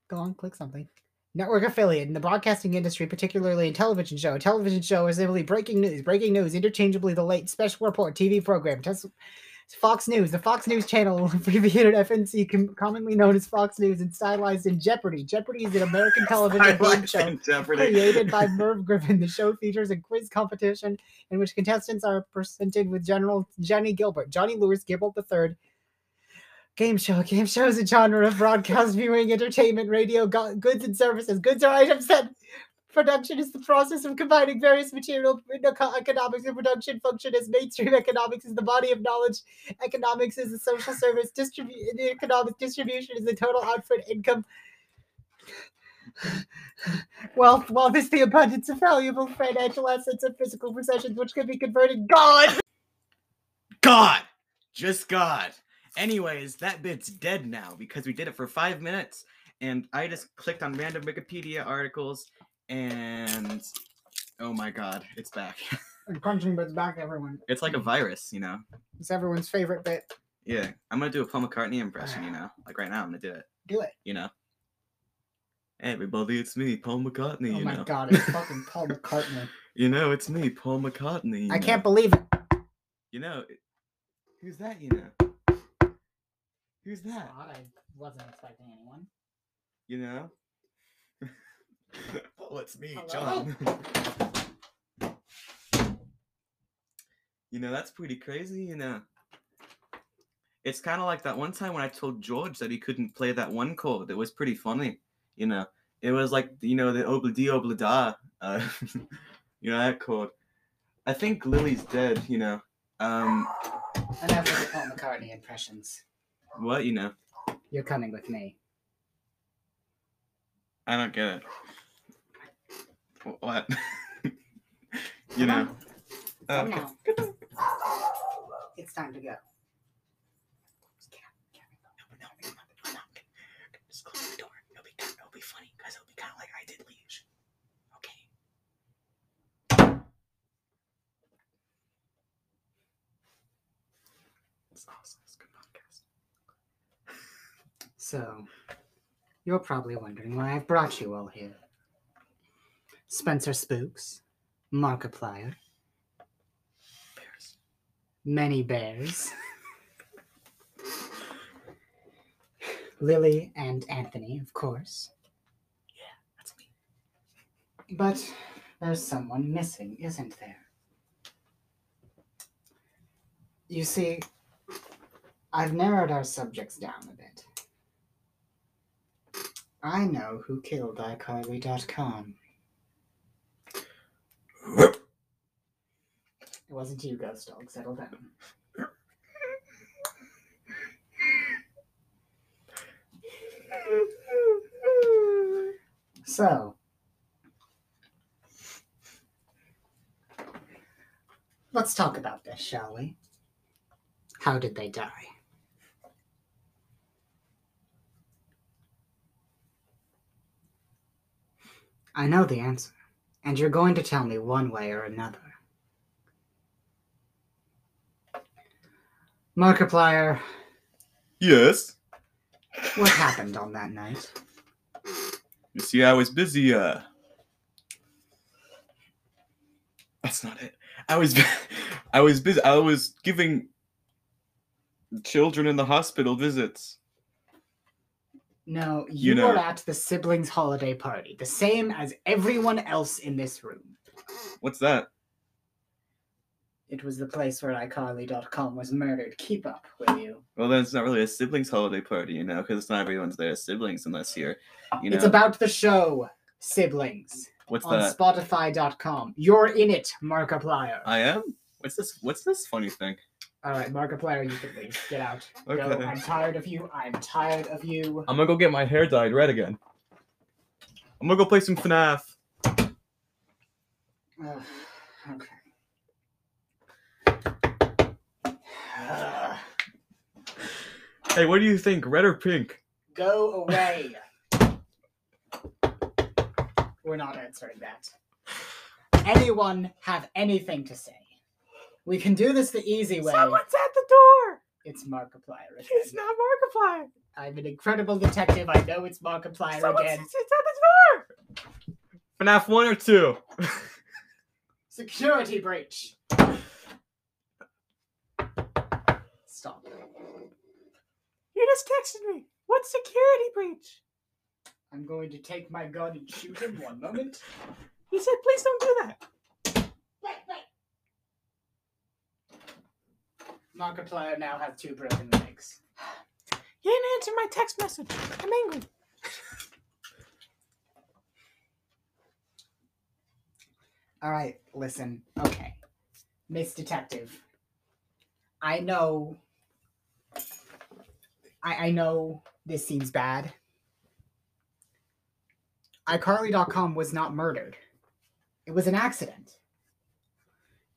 [SPEAKER 5] Go on, click something. Network affiliate in the broadcasting industry, particularly in television show. A television show is simply breaking news. Breaking news interchangeably the late special report TV program. Tes- Fox News. The Fox News channel, abbreviated FNC, com- commonly known as Fox News, and stylized in Jeopardy. Jeopardy is an American television game show created by Merv Griffin. The show features a quiz competition in which contestants are presented with General Johnny Gilbert, Johnny Lewis, Gilbert III. Game show. Game show is a genre of broadcast viewing, entertainment, radio, go- goods and services. Goods are items that production is the process of combining various material eco- economics and production function as mainstream economics is the body of knowledge. Economics is a social service. Distribu- economic distribution is the total output income Wealth, wealth is the abundance of valuable financial assets and physical possessions which can be converted. God!
[SPEAKER 3] God, just God. Anyways, that bit's dead now because we did it for five minutes, and I just clicked on random Wikipedia articles, and oh my God, it's back.
[SPEAKER 5] And Crunching Bird's back, everyone.
[SPEAKER 3] It's like a virus, you know.
[SPEAKER 5] It's everyone's favorite bit.
[SPEAKER 3] Yeah, I'm gonna do a Paul McCartney impression, you know. Like right now, I'm gonna do it,
[SPEAKER 5] Do it.
[SPEAKER 3] you know. Hey, everybody, it's me, Paul McCartney.
[SPEAKER 5] Oh
[SPEAKER 3] you
[SPEAKER 5] my
[SPEAKER 3] know.
[SPEAKER 5] god, it's fucking Paul McCartney.
[SPEAKER 3] You know, it's me, Paul McCartney. you
[SPEAKER 5] I can't
[SPEAKER 3] know.
[SPEAKER 5] believe it.
[SPEAKER 3] You know, it- who's that? You know, who's that?
[SPEAKER 5] I wasn't expecting anyone.
[SPEAKER 3] You know? oh, it's me,
[SPEAKER 5] Hello?
[SPEAKER 3] John. you know, that's pretty crazy, you know. It's kind of like that one time when I told George that he couldn't play that one chord. It was pretty funny, you know. It was like, you know, the obladi oblada, uh, you know, that chord. I think Lily's dead, you know. Um,
[SPEAKER 5] Enough with the Paul McCartney impressions.
[SPEAKER 3] what, you know?
[SPEAKER 5] You're coming with me.
[SPEAKER 3] I don't get it. Wh- What? you know. Uh,
[SPEAKER 5] Come
[SPEAKER 3] Okay.
[SPEAKER 5] now. It's time to go.
[SPEAKER 7] Just close the door. It'll be, it'll be funny because it'll be kind of like I did Liege. Okay.
[SPEAKER 3] It's awesome. It's a good podcast.
[SPEAKER 5] So, you're probably wondering why I've brought you all here. Spencer Spooks, Markiplier,
[SPEAKER 3] Bears.
[SPEAKER 5] Many Bears, Lily and Anthony, of course.
[SPEAKER 3] That's me.
[SPEAKER 5] But there's someone missing, isn't there? You see, I've narrowed our subjects down a bit. I know who killed iCarly.com. It wasn't you, Ghost Dog. Settle down.
[SPEAKER 8] So, let's talk about this, shall we?
[SPEAKER 5] How did they die? I know the answer, and you're going to tell me one way or another. Markiplier,
[SPEAKER 3] Yes.
[SPEAKER 5] what happened on that night?
[SPEAKER 3] You see, I was busy. Uh, that's not it. I was, I was busy. I was giving children in the hospital visits.
[SPEAKER 5] No, you,
[SPEAKER 3] You know-
[SPEAKER 5] were at the siblings' holiday party, the same as everyone else in this room.
[SPEAKER 3] What's that?
[SPEAKER 8] It was the place where iCarly.com was murdered. Keep up with you.
[SPEAKER 3] Well, then it's not really a siblings' holiday party, you know, because it's not everyone's there as siblings unless you're, you know,
[SPEAKER 5] It's about the show, Siblings,
[SPEAKER 3] what's
[SPEAKER 5] on
[SPEAKER 3] that?
[SPEAKER 5] Spotify.com. You're in it, Markiplier.
[SPEAKER 3] I am. What's this? What's this funny thing?
[SPEAKER 5] All right, Markiplier, you can leave. Get out.
[SPEAKER 3] Okay.
[SPEAKER 5] Go. I'm tired of you. I'm tired of you.
[SPEAKER 3] I'm gonna go get my hair dyed red again. I'm gonna go play some FNAF.
[SPEAKER 5] Ugh, okay. Ugh,
[SPEAKER 3] Hey, what do you think, red or pink?
[SPEAKER 5] go away. We're not answering that. Anyone have anything to say? We can do this the easy way.
[SPEAKER 2] Someone's at the door.
[SPEAKER 5] It's Markiplier again.
[SPEAKER 2] It's not Markiplier.
[SPEAKER 5] I'm an incredible detective. I know it's Markiplier
[SPEAKER 2] Someone
[SPEAKER 5] again.
[SPEAKER 2] says it's at the door.
[SPEAKER 3] FNAF one or two?
[SPEAKER 5] Security breach. Stop.
[SPEAKER 2] You just texted me. What security breach?
[SPEAKER 5] I'm going to take my gun and shoot him one moment.
[SPEAKER 2] He said, please don't do that.
[SPEAKER 5] Markiplier now has two broken legs.
[SPEAKER 2] You didn't answer my text message. I'm angry.
[SPEAKER 5] All right, listen. Okay. Miss Detective. I know. I, I know this seems bad. iCarly.com was not murdered, it was an accident.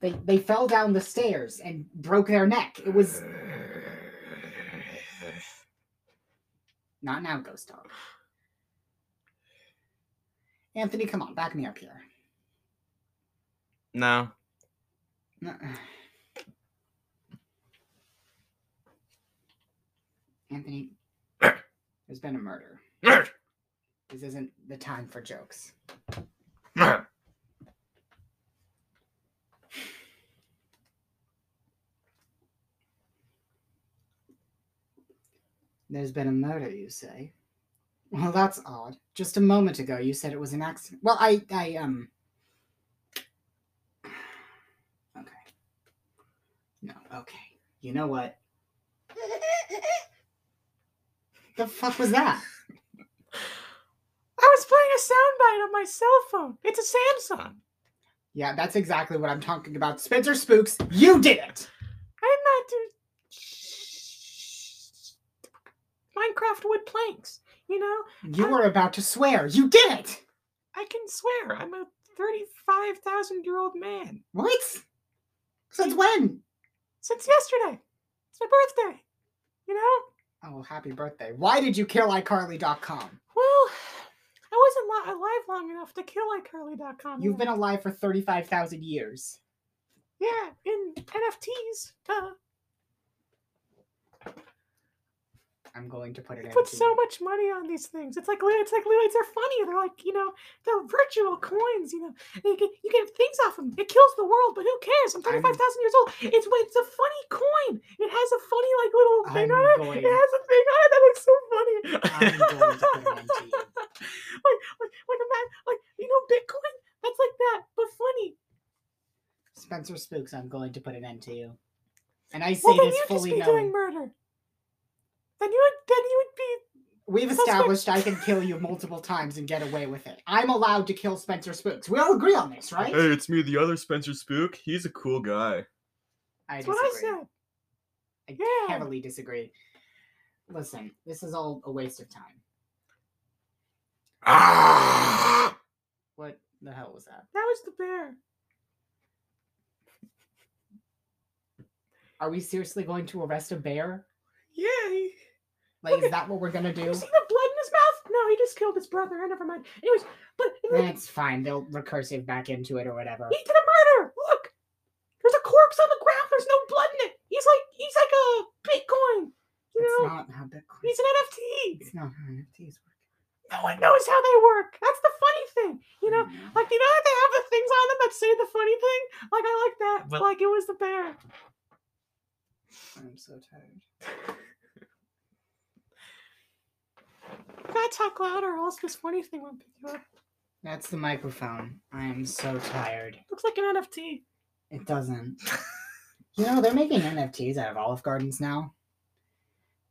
[SPEAKER 5] They, they fell down the stairs and broke their neck. It was. Not now, Ghost Dog. Anthony, come on, back me up here.
[SPEAKER 3] No.
[SPEAKER 5] Nuh-uh. Anthony, there's been a murder. This isn't the time for jokes. There's been a murder, you say? Well, that's odd. Just a moment ago, you said it was an accident. Well, I, I, um. Okay. No, okay. You know what? the fuck was that?
[SPEAKER 2] I was playing a soundbite on my cell phone. It's a Samsung.
[SPEAKER 5] Yeah, that's exactly what I'm talking about. Spencer Spooks, you did it!
[SPEAKER 2] I'm not doing Minecraft wood planks. You know,
[SPEAKER 5] You were about to swear. You did it!
[SPEAKER 2] I can swear. I'm a 35,000 year old man.
[SPEAKER 5] What? Since when?
[SPEAKER 2] Since yesterday. It's my birthday. You know?
[SPEAKER 5] Oh, happy birthday. Why did you kill iCarly.com?
[SPEAKER 2] Well, I wasn't li- alive long enough to kill iCarly.com.
[SPEAKER 5] You've
[SPEAKER 2] yet.
[SPEAKER 5] been alive for 35,000 years.
[SPEAKER 2] Yeah, in NFTs. Duh.
[SPEAKER 5] I'm going to put it
[SPEAKER 2] They
[SPEAKER 5] in.
[SPEAKER 2] put so much money on these things. It's like li- it's like li- it's they're funny. They're like you know they're virtual coins. You know you get, you get things off them. It kills the world, but who cares? I'm
[SPEAKER 5] I'm-
[SPEAKER 2] 35 thousand years old. It's it's a funny coin. It has a funny like little thing
[SPEAKER 5] I'm
[SPEAKER 2] on it.
[SPEAKER 5] going-
[SPEAKER 2] It has a thing on it that looks so funny.
[SPEAKER 5] I'm going to put it into you.
[SPEAKER 2] like like like a man, like you know Bitcoin. That's like that, but funny.
[SPEAKER 5] Spencer Spooks, I'm going to put an end to you. And I say
[SPEAKER 2] Well, then
[SPEAKER 5] this
[SPEAKER 2] you'd just
[SPEAKER 5] fully
[SPEAKER 2] be
[SPEAKER 5] knowing.
[SPEAKER 2] doing murder. Then you would then you would be
[SPEAKER 5] We've
[SPEAKER 2] That's what-
[SPEAKER 5] established I can kill you multiple times and get away with it. I'm allowed to kill Spencer Spooks. We all agree on this, right?
[SPEAKER 3] Hey, it's me, the other Spencer Spook. He's a cool guy.
[SPEAKER 5] I
[SPEAKER 2] that's
[SPEAKER 5] disagree.
[SPEAKER 2] what I said.
[SPEAKER 5] I
[SPEAKER 2] Yeah.
[SPEAKER 5] heavily disagree. Listen, this is all a waste of time.
[SPEAKER 3] Ah!
[SPEAKER 5] What the hell was that?
[SPEAKER 2] That was the bear.
[SPEAKER 5] Are we seriously going to arrest a bear?
[SPEAKER 2] Yay.
[SPEAKER 5] Like,
[SPEAKER 2] Okay.
[SPEAKER 5] is that what we're gonna do?
[SPEAKER 2] You see the blood in his mouth? No, he just killed his brother. Never mind. Anyways, but
[SPEAKER 5] That's fine. They'll recursive back into it or whatever.
[SPEAKER 2] he did a murder. Look, there's a corpse on the ground. There's no blood in it. He's like he's like a Bitcoin. You
[SPEAKER 5] It's
[SPEAKER 2] know,
[SPEAKER 5] not how Bitcoin.
[SPEAKER 2] he's an NFT.
[SPEAKER 5] It's not how NFTs work.
[SPEAKER 2] No one knows how they work. That's the funny thing. You know, like you know how they have the things on them that say the funny thing. Like I like that.
[SPEAKER 3] Well-
[SPEAKER 2] like it was the bear.
[SPEAKER 1] I'm so tired.
[SPEAKER 2] That's how Cloud or else this funny thing would pick you up.
[SPEAKER 1] That's the microphone. I am so tired.
[SPEAKER 2] Looks like an NFT.
[SPEAKER 1] It doesn't.
[SPEAKER 5] You know, they're making NFTs out of Olive Gardens now.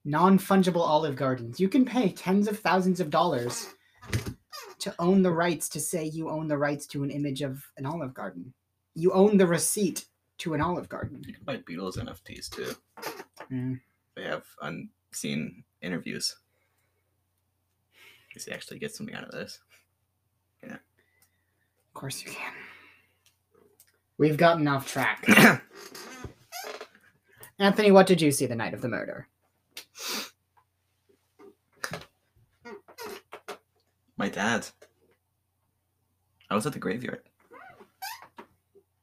[SPEAKER 5] Non fungible Olive Gardens. You can pay tens of thousands of dollars to own the rights to say you own the rights to an image of an Olive Garden. You own the receipt to an Olive Garden.
[SPEAKER 3] You can buy Beatles NFTs too.
[SPEAKER 5] Yeah.
[SPEAKER 3] They have unseen interviews. Because they actually get something out of this.
[SPEAKER 5] Of course you can. We've gotten off track. Anthony, what did you see the night of the murder?
[SPEAKER 3] My dad. I was at the graveyard.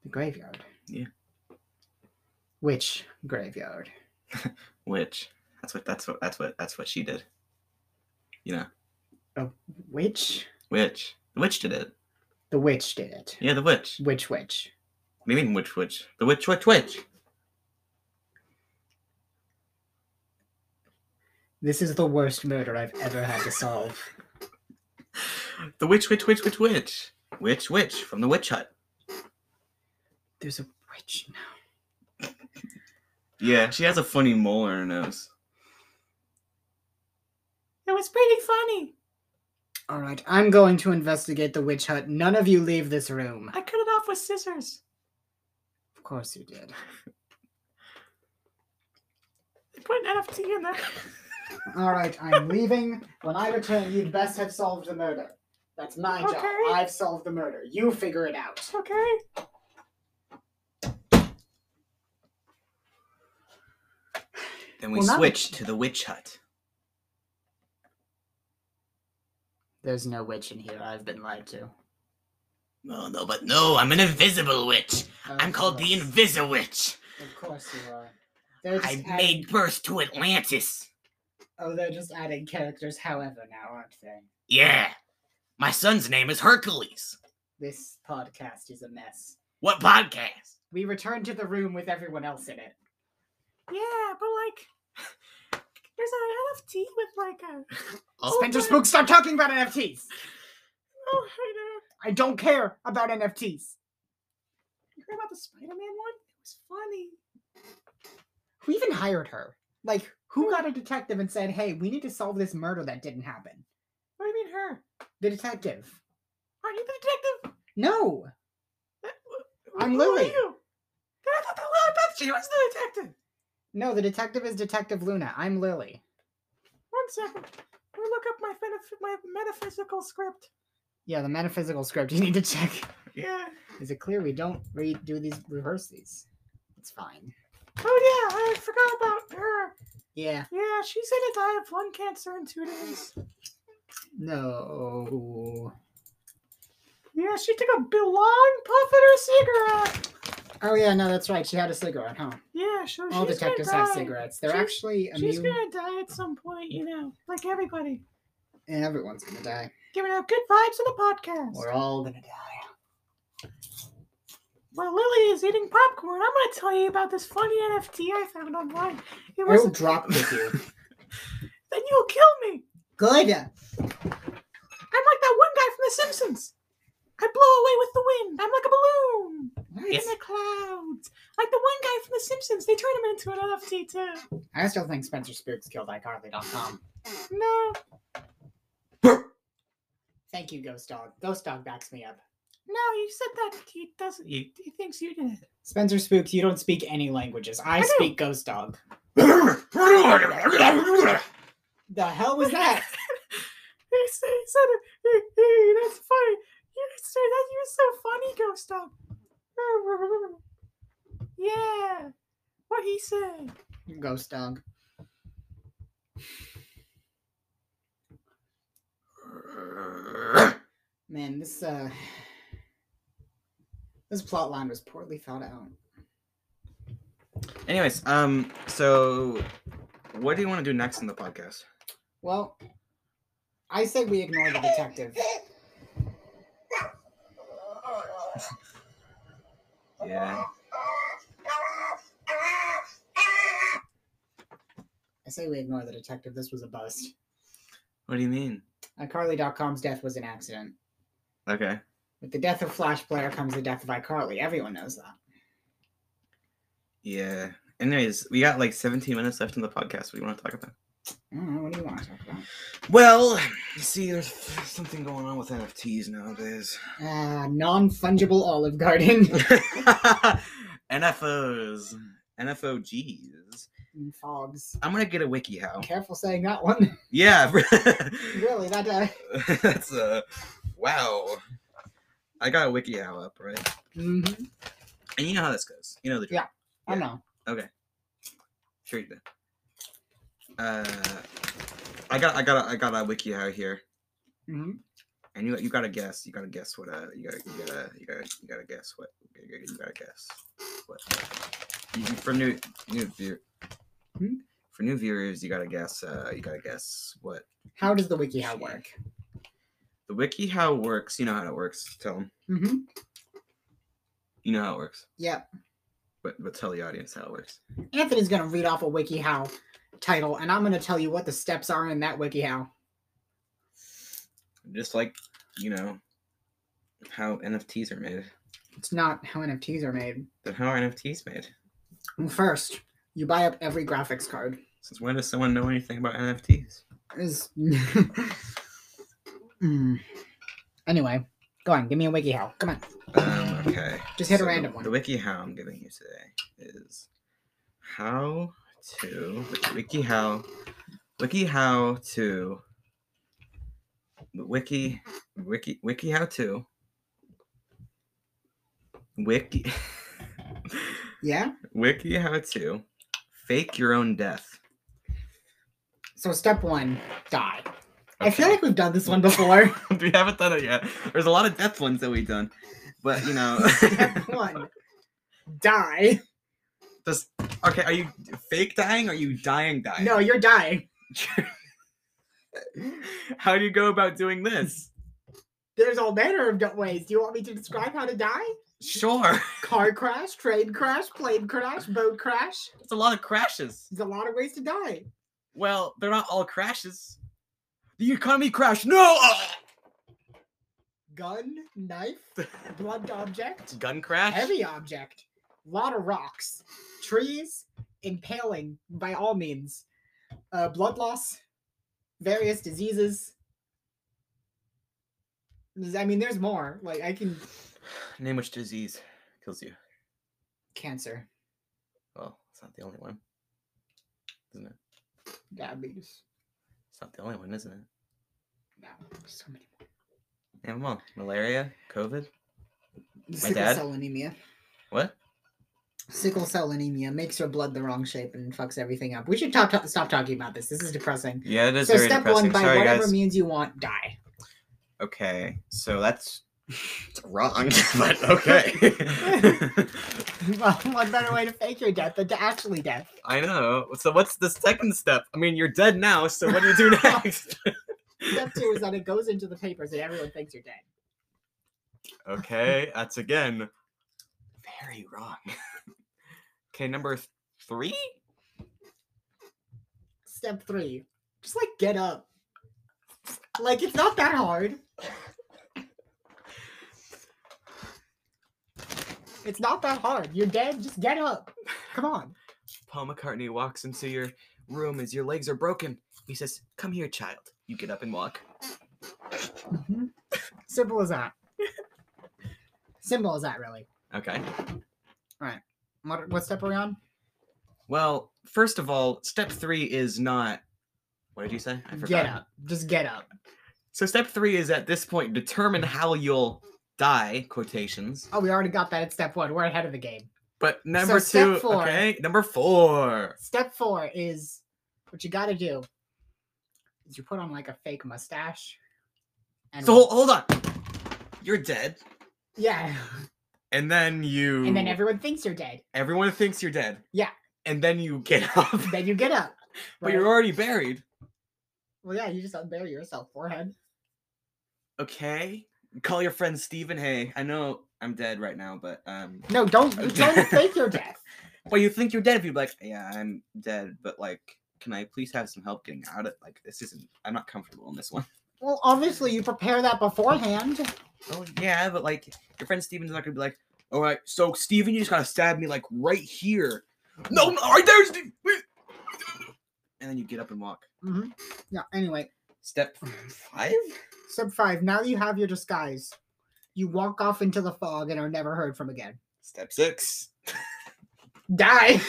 [SPEAKER 5] The graveyard.
[SPEAKER 3] Yeah.
[SPEAKER 5] Which graveyard?
[SPEAKER 3] Which that's what that's what that's what that's what she did. You know.
[SPEAKER 5] Which?
[SPEAKER 3] Witch. The witch did it.
[SPEAKER 5] The witch did it.
[SPEAKER 3] Yeah, the witch.
[SPEAKER 5] Which witch?
[SPEAKER 3] What do you mean witch witch? The witch witch witch.
[SPEAKER 5] This is the worst murder I've ever had to solve.
[SPEAKER 3] The witch witch witch witch witch. Witch witch from the witch hut.
[SPEAKER 5] There's a witch now.
[SPEAKER 9] Yeah, she has a funny mole on her nose.
[SPEAKER 2] It was pretty funny.
[SPEAKER 5] All right, I'm going to investigate the witch hut. None of you leave this room.
[SPEAKER 2] I cut it off with scissors.
[SPEAKER 5] Of course you did.
[SPEAKER 2] I put an NFT in there.
[SPEAKER 5] All right, I'm leaving. When I return, you'd best have solved the murder. That's my job.
[SPEAKER 2] Okay.
[SPEAKER 5] I've solved the murder. You figure it out.
[SPEAKER 2] Okay.
[SPEAKER 3] Then we
[SPEAKER 5] Well, now-
[SPEAKER 3] switch to the witch hut.
[SPEAKER 5] There's no witch in here. I've been lied to.
[SPEAKER 3] No, no, but no, I'm an invisible witch. I'm called the Invisiwitch. Witch.
[SPEAKER 5] Of course you are. They're just
[SPEAKER 3] I
[SPEAKER 5] adding-
[SPEAKER 3] made birth to Atlantis.
[SPEAKER 5] Oh, they're just adding characters, however, now, aren't they?
[SPEAKER 3] Yeah. My son's name is Hercules.
[SPEAKER 5] This podcast is a mess.
[SPEAKER 3] What podcast?
[SPEAKER 5] We return to the room with everyone else in it.
[SPEAKER 2] Yeah, but like, there's an NFT with like a.
[SPEAKER 3] Oh,
[SPEAKER 5] Spencer
[SPEAKER 2] my-
[SPEAKER 5] Spook, stop talking about NFTs!
[SPEAKER 2] Oh, I
[SPEAKER 5] I
[SPEAKER 2] know.
[SPEAKER 5] don't care about NFTs.
[SPEAKER 2] You heard about the Spider-Man one? It was funny.
[SPEAKER 5] Who even hired her? Like, who got a detective and said, hey, we need to solve this murder that didn't happen?
[SPEAKER 2] What do you mean her?
[SPEAKER 5] The detective.
[SPEAKER 2] Aren't you the detective?
[SPEAKER 5] No!
[SPEAKER 2] That- wh-
[SPEAKER 5] I'm
[SPEAKER 2] who are
[SPEAKER 5] Lily.
[SPEAKER 2] you? I thought, that, I thought she was the detective.
[SPEAKER 5] No, the detective is Detective Luna. I'm Lily.
[SPEAKER 2] One second. Let me look up my, phenoph- my metaphysical script.
[SPEAKER 5] Yeah, the metaphysical script you need to check.
[SPEAKER 2] Yeah.
[SPEAKER 5] Is it clear we don't re- do these, rehearse these? It's fine.
[SPEAKER 2] Oh yeah, I forgot about her.
[SPEAKER 5] Yeah.
[SPEAKER 2] Yeah, she said to die of lung cancer in two days.
[SPEAKER 5] No.
[SPEAKER 2] Yeah, she took a b- long puff at her cigarette.
[SPEAKER 5] Oh, yeah, no, that's right. She had a cigarette, huh?
[SPEAKER 2] Yeah, so
[SPEAKER 5] All
[SPEAKER 2] Oh, she's
[SPEAKER 5] detectives
[SPEAKER 2] gonna
[SPEAKER 5] have
[SPEAKER 2] die.
[SPEAKER 5] cigarettes. They're
[SPEAKER 2] She's-
[SPEAKER 5] actually
[SPEAKER 2] She's
[SPEAKER 5] immune.
[SPEAKER 2] gonna die at some point, you know, like everybody.
[SPEAKER 5] and everyone's gonna die.
[SPEAKER 2] Giving out good vibes on the podcast.
[SPEAKER 5] We're all gonna die.
[SPEAKER 2] While Lily is eating popcorn, I'm going to tell you about this funny NFT I found online. It
[SPEAKER 5] I
[SPEAKER 2] was
[SPEAKER 5] will drop with you.
[SPEAKER 2] then you'll kill me.
[SPEAKER 5] Good.
[SPEAKER 2] I'm like that one guy from The Simpsons. I blow away with the wind. I'm like a balloon
[SPEAKER 5] Nice.
[SPEAKER 2] in the clouds. Like the one guy from The Simpsons. They turned him into an NFT too.
[SPEAKER 5] I still think Spencer Spooks killed iCarly.com.
[SPEAKER 2] No,
[SPEAKER 5] Thank you, Ghost Dog. Ghost Dog backs me up.
[SPEAKER 2] no, you said that he doesn't. He, he thinks you did it.
[SPEAKER 5] Spencer Spooks, you don't speak any languages. I,
[SPEAKER 2] I do.
[SPEAKER 5] speak Ghost Dog.
[SPEAKER 9] That's
[SPEAKER 5] The hell was that?
[SPEAKER 2] He, s- he said it. radio stop. Yeah, what he said.
[SPEAKER 5] Ghost dog. Man, this uh this plot line was poorly thought out.
[SPEAKER 3] Anyways, um, so what do you want to do next in the podcast?
[SPEAKER 5] Well, I say we ignore the detective.
[SPEAKER 3] Yeah.
[SPEAKER 5] I say we ignore the detective. This was a bust.
[SPEAKER 3] What do you mean?
[SPEAKER 5] iCarly.com's death was an accident.
[SPEAKER 3] Okay.
[SPEAKER 5] With the death of Flash Player comes the death of iCarly. Everyone knows that.
[SPEAKER 3] Yeah. Anyways, we got like 17 minutes left in the podcast. What do you want to talk about?
[SPEAKER 5] I don't know. What do you want to talk about?
[SPEAKER 3] Well, you see, there's something going on with NFTs nowadays.
[SPEAKER 5] Uh, non fungible Olive Garden.
[SPEAKER 3] NFOs. NFOGs.
[SPEAKER 5] Mm, Fogs.
[SPEAKER 3] I'm gonna get a wiki how.
[SPEAKER 5] Careful saying that one.
[SPEAKER 3] Yeah.
[SPEAKER 5] really, that uh,
[SPEAKER 3] That's a wow. I got a wiki how up, right?
[SPEAKER 5] mhm.
[SPEAKER 3] And you know how this goes. You know the drill.
[SPEAKER 5] I know.
[SPEAKER 3] Sure you do. Uh, I got I got a, I got a wiki how here.
[SPEAKER 5] Mhm.
[SPEAKER 3] And you you gotta guess. You gotta guess what uh you gotta you gotta you gotta you gotta guess what you gotta, you gotta guess what you, you- for new new view
[SPEAKER 5] Hmm?
[SPEAKER 3] for new viewers you gotta guess uh you gotta guess what
[SPEAKER 5] How does the WikiHow work?
[SPEAKER 3] the wiki how works. You know how it works. Tell 'em.
[SPEAKER 5] Mm-hmm.
[SPEAKER 3] You know how it works.
[SPEAKER 5] Yep.
[SPEAKER 3] But but tell the audience how it works.
[SPEAKER 5] Anthony's going to read off a WikiHow title, and I'm going to tell you what the steps are in that WikiHow.
[SPEAKER 3] Just like you know how NFTs are made.
[SPEAKER 5] It's not how NFTs are made.
[SPEAKER 3] Then how are NFTs made?
[SPEAKER 5] First, you buy up every graphics card.
[SPEAKER 3] Since when does someone know anything about NFTs?
[SPEAKER 5] Is Mm. Anyway, go on, give me a WikiHow. Come on,
[SPEAKER 3] Um, okay.
[SPEAKER 5] just hit
[SPEAKER 3] So
[SPEAKER 5] a
[SPEAKER 3] the-
[SPEAKER 5] random one.
[SPEAKER 3] The wiki how I'm giving you today is how to wiki how wiki how to wiki wiki wiki how to wiki
[SPEAKER 5] yeah.
[SPEAKER 3] wiki how to fake your own death.
[SPEAKER 5] So step one, die. I feel like we've done this one before.
[SPEAKER 3] like we haven't done it yet. There's a lot of death ones that we've done, but you know.
[SPEAKER 5] step one, die.
[SPEAKER 3] Does okay? Are you fake dying? Or are you dying dying?
[SPEAKER 5] No, you're dying.
[SPEAKER 3] How do you go about doing this?
[SPEAKER 5] There's all manner of do- ways. Do you want me to describe how to die?
[SPEAKER 3] Sure,
[SPEAKER 5] Car crash, train crash, plane crash, boat crash.
[SPEAKER 3] it's a lot of crashes.
[SPEAKER 5] There's a lot of ways to die.
[SPEAKER 3] Well, they're not all crashes. The economy crashed. No. Ah!
[SPEAKER 5] Gun, knife, blunt object,
[SPEAKER 3] Gun crash.
[SPEAKER 5] heavy object, lot of rocks, trees, impaling by all means, uh, blood loss, various diseases. There's- I mean, there's more. Like I can
[SPEAKER 3] Name which disease kills you.
[SPEAKER 5] cancer,
[SPEAKER 3] Well, it's not the only one, isn't it?
[SPEAKER 5] diabetes.
[SPEAKER 3] It's not the only one, isn't it?
[SPEAKER 5] No, so many.
[SPEAKER 3] Name them all. Malaria, COVID.
[SPEAKER 5] more.
[SPEAKER 3] My
[SPEAKER 5] Sickle
[SPEAKER 3] dad?
[SPEAKER 5] cell anemia.
[SPEAKER 3] What?
[SPEAKER 5] Sickle cell anemia makes your blood the wrong shape and fucks everything up. We should top, stop talking about this. This is depressing.
[SPEAKER 3] Yeah, it is
[SPEAKER 5] So
[SPEAKER 3] very
[SPEAKER 5] step
[SPEAKER 3] depressing.
[SPEAKER 5] one, by
[SPEAKER 3] Sorry,
[SPEAKER 5] whatever
[SPEAKER 3] guys.
[SPEAKER 5] means you want, die.
[SPEAKER 3] Okay, so that's wrong, but okay.
[SPEAKER 5] well, what better way to fake your death than to actually death?
[SPEAKER 3] I know. So what's the second step? I mean, you're dead now, so what do you do next?
[SPEAKER 5] Step two is that it goes into the papers and everyone thinks you're dead.
[SPEAKER 3] okay, that's again very wrong. okay, number th- three?
[SPEAKER 5] Step three, just like get up. Like it's not that hard. It's not that hard. You're dead. Just get up. Come on.
[SPEAKER 3] Paul McCartney walks into your room as your legs are broken. He says, Come here, child. You get up and walk.
[SPEAKER 5] Simple as that. Simple as that, really.
[SPEAKER 3] Okay.
[SPEAKER 5] What, what step are we on?
[SPEAKER 3] Well, first of all, step three is not. What did you say? I forgot.
[SPEAKER 5] Get up. Just get up.
[SPEAKER 3] So step three is at this point determine how you'll die quotations.
[SPEAKER 5] Oh, we already got that at step one. We're ahead of the game.
[SPEAKER 3] But number
[SPEAKER 5] step
[SPEAKER 3] two,
[SPEAKER 5] four.
[SPEAKER 3] okay, number four.
[SPEAKER 5] Step four is what you got to do is you put on like a fake mustache. And
[SPEAKER 3] So hold, hold on, you're dead,
[SPEAKER 5] yeah,
[SPEAKER 3] and then you,
[SPEAKER 5] and then everyone thinks you're dead.
[SPEAKER 3] everyone thinks you're dead.
[SPEAKER 5] Yeah.
[SPEAKER 3] and then you get up,
[SPEAKER 5] Then you get up.
[SPEAKER 3] but
[SPEAKER 5] right?
[SPEAKER 3] you're already buried.
[SPEAKER 5] well, yeah, you just unbury yourself forehead.
[SPEAKER 3] Okay, call your friend Steven. Hey, I know I'm dead right now, but um,
[SPEAKER 5] No, don't you don't fake your death.
[SPEAKER 3] but you think you're dead. People are like, yeah, I'm dead, but like, can I please have some help getting out of like this? Isn't I'm not comfortable in this one.
[SPEAKER 5] Well, obviously you prepare that beforehand.
[SPEAKER 3] Oh yeah, but like your friend Steven's not gonna be like, all right, so Steven, you just gotta stab me like right here. No, no, right there, Steve. Wait. And then you get up and walk.
[SPEAKER 5] Yeah. Anyway,
[SPEAKER 3] Step five.
[SPEAKER 5] step five. Now that you have your disguise, you walk off into the fog and are never heard from again.
[SPEAKER 3] Step six.
[SPEAKER 5] Die.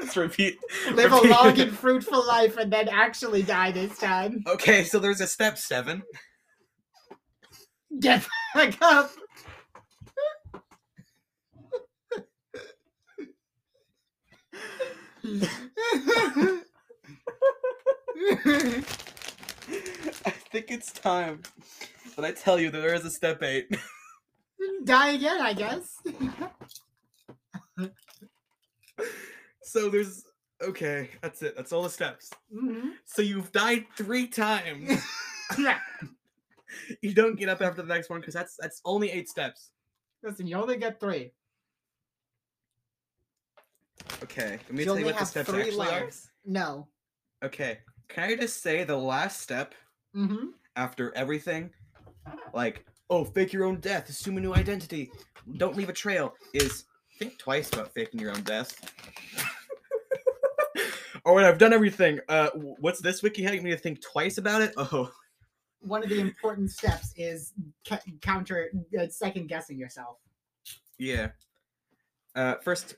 [SPEAKER 3] Let's repeat.
[SPEAKER 5] Live a
[SPEAKER 3] repeat.
[SPEAKER 5] long and fruitful life, and then actually die this time.
[SPEAKER 3] Okay, so there's a step seven.
[SPEAKER 5] Get back up.
[SPEAKER 3] I think it's time. But I tell you, there is a step eight.
[SPEAKER 5] Die again, I guess.
[SPEAKER 3] So there's okay. That's it. That's all the steps.
[SPEAKER 5] Mhm.
[SPEAKER 3] So you've died three times.
[SPEAKER 5] Yeah.
[SPEAKER 3] you don't get up after the next one because that's that's only eight steps.
[SPEAKER 5] Listen, you only get three.
[SPEAKER 3] Okay, let me
[SPEAKER 5] You
[SPEAKER 3] tell
[SPEAKER 5] only
[SPEAKER 3] you what the
[SPEAKER 5] have
[SPEAKER 3] steps
[SPEAKER 5] three
[SPEAKER 3] actually
[SPEAKER 5] lives. No.
[SPEAKER 3] are. Okay, can I just say the last step
[SPEAKER 5] Mm-hmm.
[SPEAKER 3] after everything, like oh fake your own death, assume a new identity, don't leave a trail, is think twice about faking your own death. All right, Oh, I've done everything. Uh, w- what's this wiki having me to think twice about it? Oh,
[SPEAKER 5] One of the important steps is ca- counter uh, second guessing yourself.
[SPEAKER 3] Yeah. Uh, first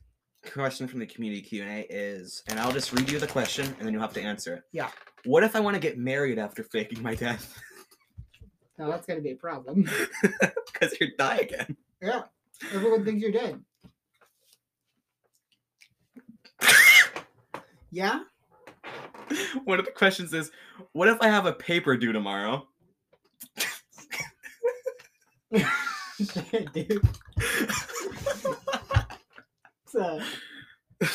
[SPEAKER 3] question from the community Q and A is, and I'll just read you the question, and then you'll have to answer it.
[SPEAKER 5] Yeah.
[SPEAKER 3] What if I want to get married after faking my death?
[SPEAKER 5] Now that's gonna be a problem.
[SPEAKER 3] Because you're die again.
[SPEAKER 5] Yeah. Everyone thinks you're dead. yeah?
[SPEAKER 3] One of the questions is, what if I have a paper due tomorrow?
[SPEAKER 5] Dude. so
[SPEAKER 3] the,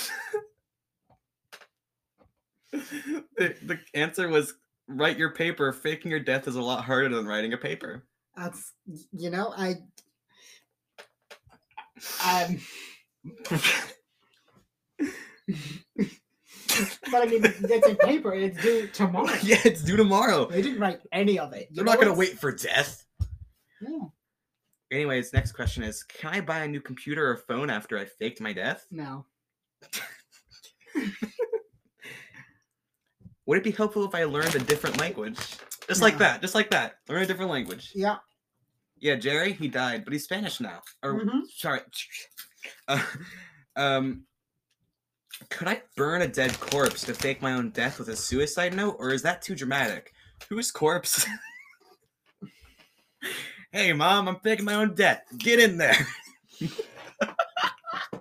[SPEAKER 3] the answer was write your paper. Faking your death is a lot harder than writing a paper.
[SPEAKER 5] that's you know, I um but I mean it's in paper and it's due tomorrow.
[SPEAKER 3] yeah, it's due tomorrow.
[SPEAKER 5] They didn't write any of it. You
[SPEAKER 3] They're
[SPEAKER 5] know Hmm.
[SPEAKER 3] not gonna
[SPEAKER 5] what's-
[SPEAKER 3] wait for death.
[SPEAKER 5] No.
[SPEAKER 3] Anyways, next question is Can I buy a new computer or phone after I faked my death?
[SPEAKER 5] No.
[SPEAKER 3] Would it be helpful if I learned a different language? Just like
[SPEAKER 5] No.
[SPEAKER 3] that, just like that. Learn a different language.
[SPEAKER 5] Yeah.
[SPEAKER 3] Yeah, Jerry, he died, but he's Spanish now. Or,
[SPEAKER 5] Mhm.
[SPEAKER 3] sorry. Uh, um, could I burn a dead corpse to fake my own death with a suicide note, or is that too dramatic? Whose corpse? hey, mom, I'm faking my own death. Get in there.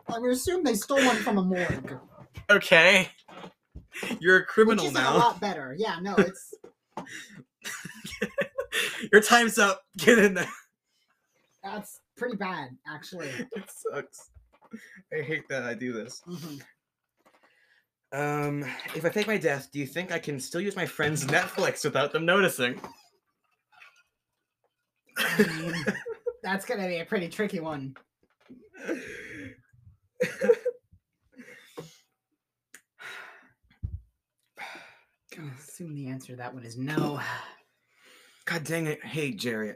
[SPEAKER 5] I would assume they stole one from a morgue.
[SPEAKER 3] Okay. You're a
[SPEAKER 5] Which
[SPEAKER 3] criminal
[SPEAKER 5] is a
[SPEAKER 3] now.
[SPEAKER 5] lot better. Yeah, no, it's
[SPEAKER 3] Your time's up. Get in there.
[SPEAKER 5] that's pretty bad, actually.
[SPEAKER 3] It sucks. I hate that I do this.
[SPEAKER 5] Mhm.
[SPEAKER 3] Um, if I fake my death, do you think I can still use my friend's Netflix without them noticing?
[SPEAKER 5] I mean, that's gonna be a pretty tricky one.
[SPEAKER 1] I assume the answer to that one is no.
[SPEAKER 3] God dang it. Hey, Jerry,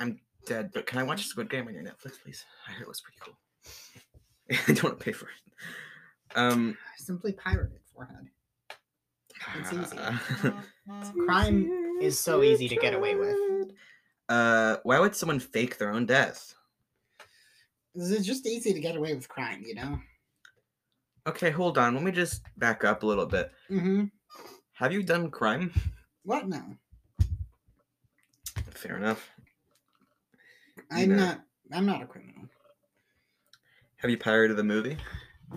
[SPEAKER 3] I'm dead, but can I watch Squid Game on your Netflix, please? I heard it was pretty cool. I don't want to pay for it. Um,
[SPEAKER 5] Simply pirated forehead. It's easy.
[SPEAKER 3] uh,
[SPEAKER 5] Crime
[SPEAKER 1] Is so easy to get away with.
[SPEAKER 3] Uh, why would someone fake their own death?
[SPEAKER 5] It's just easy to get away with crime, you know.
[SPEAKER 3] Okay, hold on. Let me just back up a little bit.
[SPEAKER 5] Mm-hmm.
[SPEAKER 3] Have you done crime?
[SPEAKER 5] What now?
[SPEAKER 3] Fair enough.
[SPEAKER 5] I'm
[SPEAKER 3] No.
[SPEAKER 5] not. I'm not a criminal.
[SPEAKER 3] Have you pirated the movie?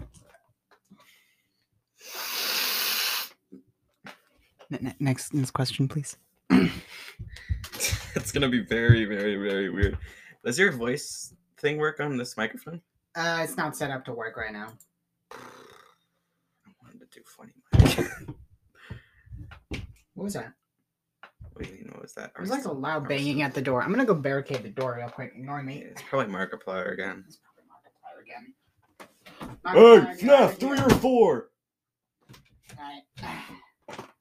[SPEAKER 1] next, next question, please.
[SPEAKER 3] it's gonna be very, very, very weird. Does your voice thing work on this microphone?
[SPEAKER 5] Uh, it's not set up to work right now.
[SPEAKER 3] I wanted to do funny. mic.
[SPEAKER 5] What was that?
[SPEAKER 3] what do you know? Is that?
[SPEAKER 5] There's like a loud banging at the door. I'm gonna go barricade the door real quick. Ignore me.
[SPEAKER 3] It's probably Markiplier again.
[SPEAKER 5] It's probably Markiplier again.
[SPEAKER 10] Hey,
[SPEAKER 5] Markiplier, get
[SPEAKER 10] Snap,
[SPEAKER 5] over
[SPEAKER 10] three
[SPEAKER 5] here.
[SPEAKER 10] or four.
[SPEAKER 5] Alright.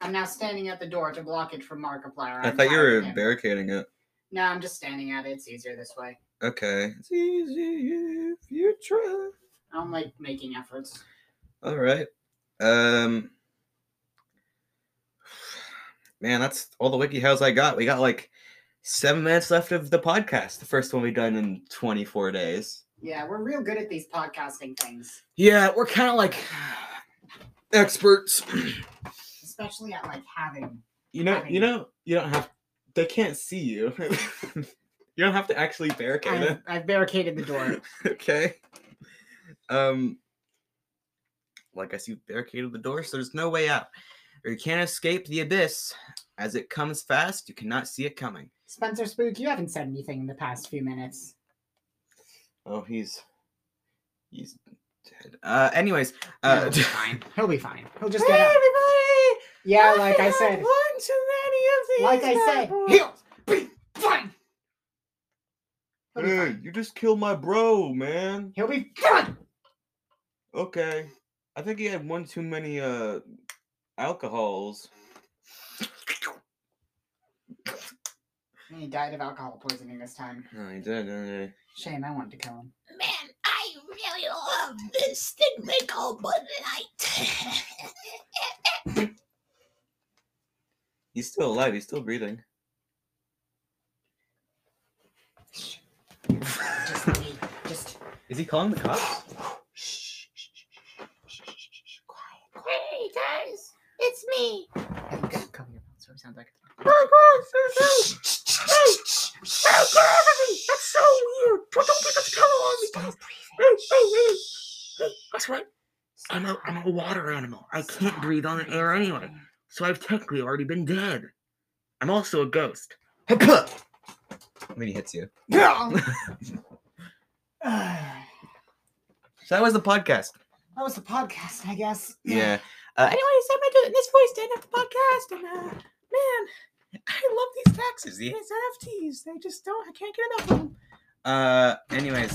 [SPEAKER 5] I'm now standing at the door to block it from Markiplier.
[SPEAKER 3] I
[SPEAKER 5] I'm
[SPEAKER 3] thought you
[SPEAKER 5] tired
[SPEAKER 3] were
[SPEAKER 5] of him.
[SPEAKER 3] barricading it.
[SPEAKER 5] No, I'm just standing at it. It's easier this way.
[SPEAKER 3] Okay. It's easy if you try.
[SPEAKER 5] I don't like making efforts.
[SPEAKER 3] All right. Um. Man, that's all the wiki hows I got. We got like seven minutes left of the podcast. The first one we done in twenty four days.
[SPEAKER 5] Yeah, we're real good at these podcasting things,
[SPEAKER 3] Yeah, we're kind of like experts.
[SPEAKER 5] especially at like having.
[SPEAKER 10] You know, you know, you don't have. They can't see you. you don't have to actually barricade
[SPEAKER 5] I've,
[SPEAKER 10] it.
[SPEAKER 5] I've barricaded the door.
[SPEAKER 3] okay. Um. Well, I guess you barricaded the door, so there's no way out, or you can't escape the abyss as it comes fast. You cannot see it coming.
[SPEAKER 5] Spencer Spook, you haven't said anything in the past few minutes.
[SPEAKER 10] Oh, he's.
[SPEAKER 3] He's dead. Uh, anyways, uh,
[SPEAKER 5] No, he'll be fine. He'll be fine. He'll just
[SPEAKER 2] hey,
[SPEAKER 5] get up.
[SPEAKER 2] everybody!
[SPEAKER 5] Yeah, like I
[SPEAKER 2] had
[SPEAKER 5] said.
[SPEAKER 2] One too many
[SPEAKER 5] Like
[SPEAKER 2] of
[SPEAKER 5] I
[SPEAKER 2] these.
[SPEAKER 5] said,
[SPEAKER 2] bad
[SPEAKER 5] he'll be fine. He'll be
[SPEAKER 10] Hey,
[SPEAKER 5] fine.
[SPEAKER 10] you just killed my bro, man.
[SPEAKER 5] He'll be fine.
[SPEAKER 10] Okay. I think he had one too many uh alcohols.
[SPEAKER 5] And He died of alcohol poisoning this time.
[SPEAKER 3] oh, he did. didn't he?
[SPEAKER 5] Shame, I wanted to kill him.
[SPEAKER 11] Man, I really love this thing they call Bud Light.
[SPEAKER 3] He's still alive. He's still breathing.
[SPEAKER 5] Just leave. Just
[SPEAKER 3] Is he calling the cops?
[SPEAKER 11] hey guys, it's me.
[SPEAKER 5] yeah, you gotta cover your mouth so it sounds like
[SPEAKER 2] That's so weird. Don't, don't put this color on me.
[SPEAKER 5] Stop
[SPEAKER 2] Hey, hey, hey. Hey, That's right. I'm a, I'm a water animal. I can't breathe on the air anyway, so I've technically already been dead. I'm also a ghost.
[SPEAKER 3] When he hits you.
[SPEAKER 5] breathing.
[SPEAKER 3] So that was the podcast.
[SPEAKER 5] That was the podcast, I guess.
[SPEAKER 3] Yeah.
[SPEAKER 2] Anyways, I'm gonna do it in this voice to end up the podcast. And uh, man, I love these taxes.
[SPEAKER 3] Yeah.
[SPEAKER 2] These NFTs. They just don't. I can't get enough of them.
[SPEAKER 3] Uh. Anyways.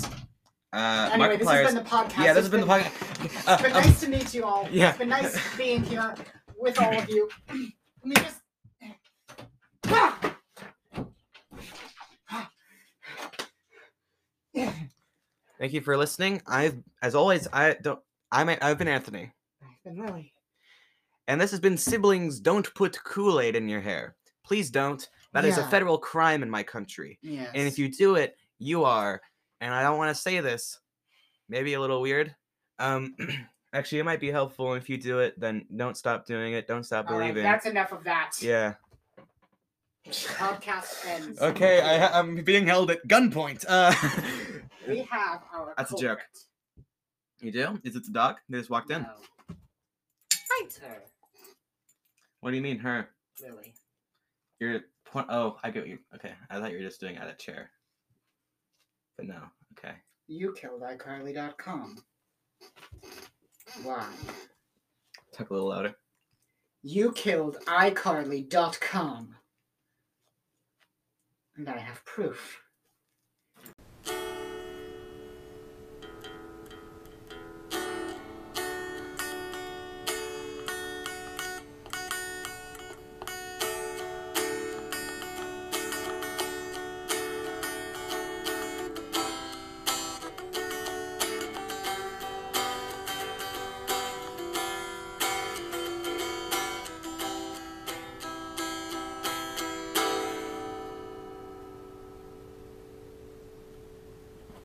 [SPEAKER 3] Uh.
[SPEAKER 5] Anyway, this has
[SPEAKER 3] Markiplier's-
[SPEAKER 5] been the podcast.
[SPEAKER 3] yeah, this
[SPEAKER 5] It's
[SPEAKER 3] has been the
[SPEAKER 5] It's been
[SPEAKER 3] podcast. Uh, um,
[SPEAKER 5] nice to meet you all.
[SPEAKER 3] yeah.
[SPEAKER 5] It's been nice being here with all of you. Let me just. Ah!
[SPEAKER 3] thank you for listening. I've, as always, I don't. I'm. I've been Anthony,
[SPEAKER 5] I've been Lily.
[SPEAKER 3] and this has been siblings. Don't put Kool Aid in your hair. Please don't. That is
[SPEAKER 5] Yeah.
[SPEAKER 3] a federal crime in my country.
[SPEAKER 5] Yes.
[SPEAKER 3] And if you do it, you are. And I don't want to say this, maybe a little weird. Um, actually, it might be helpful. If you do it, then don't stop doing it. Don't stop
[SPEAKER 5] All right,
[SPEAKER 3] believing.
[SPEAKER 5] that's enough of that.
[SPEAKER 3] yeah.
[SPEAKER 5] Podcast ends.
[SPEAKER 3] Okay, I, ha- I'm being held at gunpoint. Uh,
[SPEAKER 5] We have our.
[SPEAKER 3] That's a joke. you do? Is it the dog? They just walked in.
[SPEAKER 5] No. Fight her,
[SPEAKER 3] What do you mean, her?
[SPEAKER 5] Lily.
[SPEAKER 3] You're point. Oh, I get what you. Okay, I thought you were just doing it at a chair. But no. Okay.
[SPEAKER 5] You killed iCarly.com. Why?
[SPEAKER 3] Talk a little louder.
[SPEAKER 5] You killed iCarly.com. And I have proof.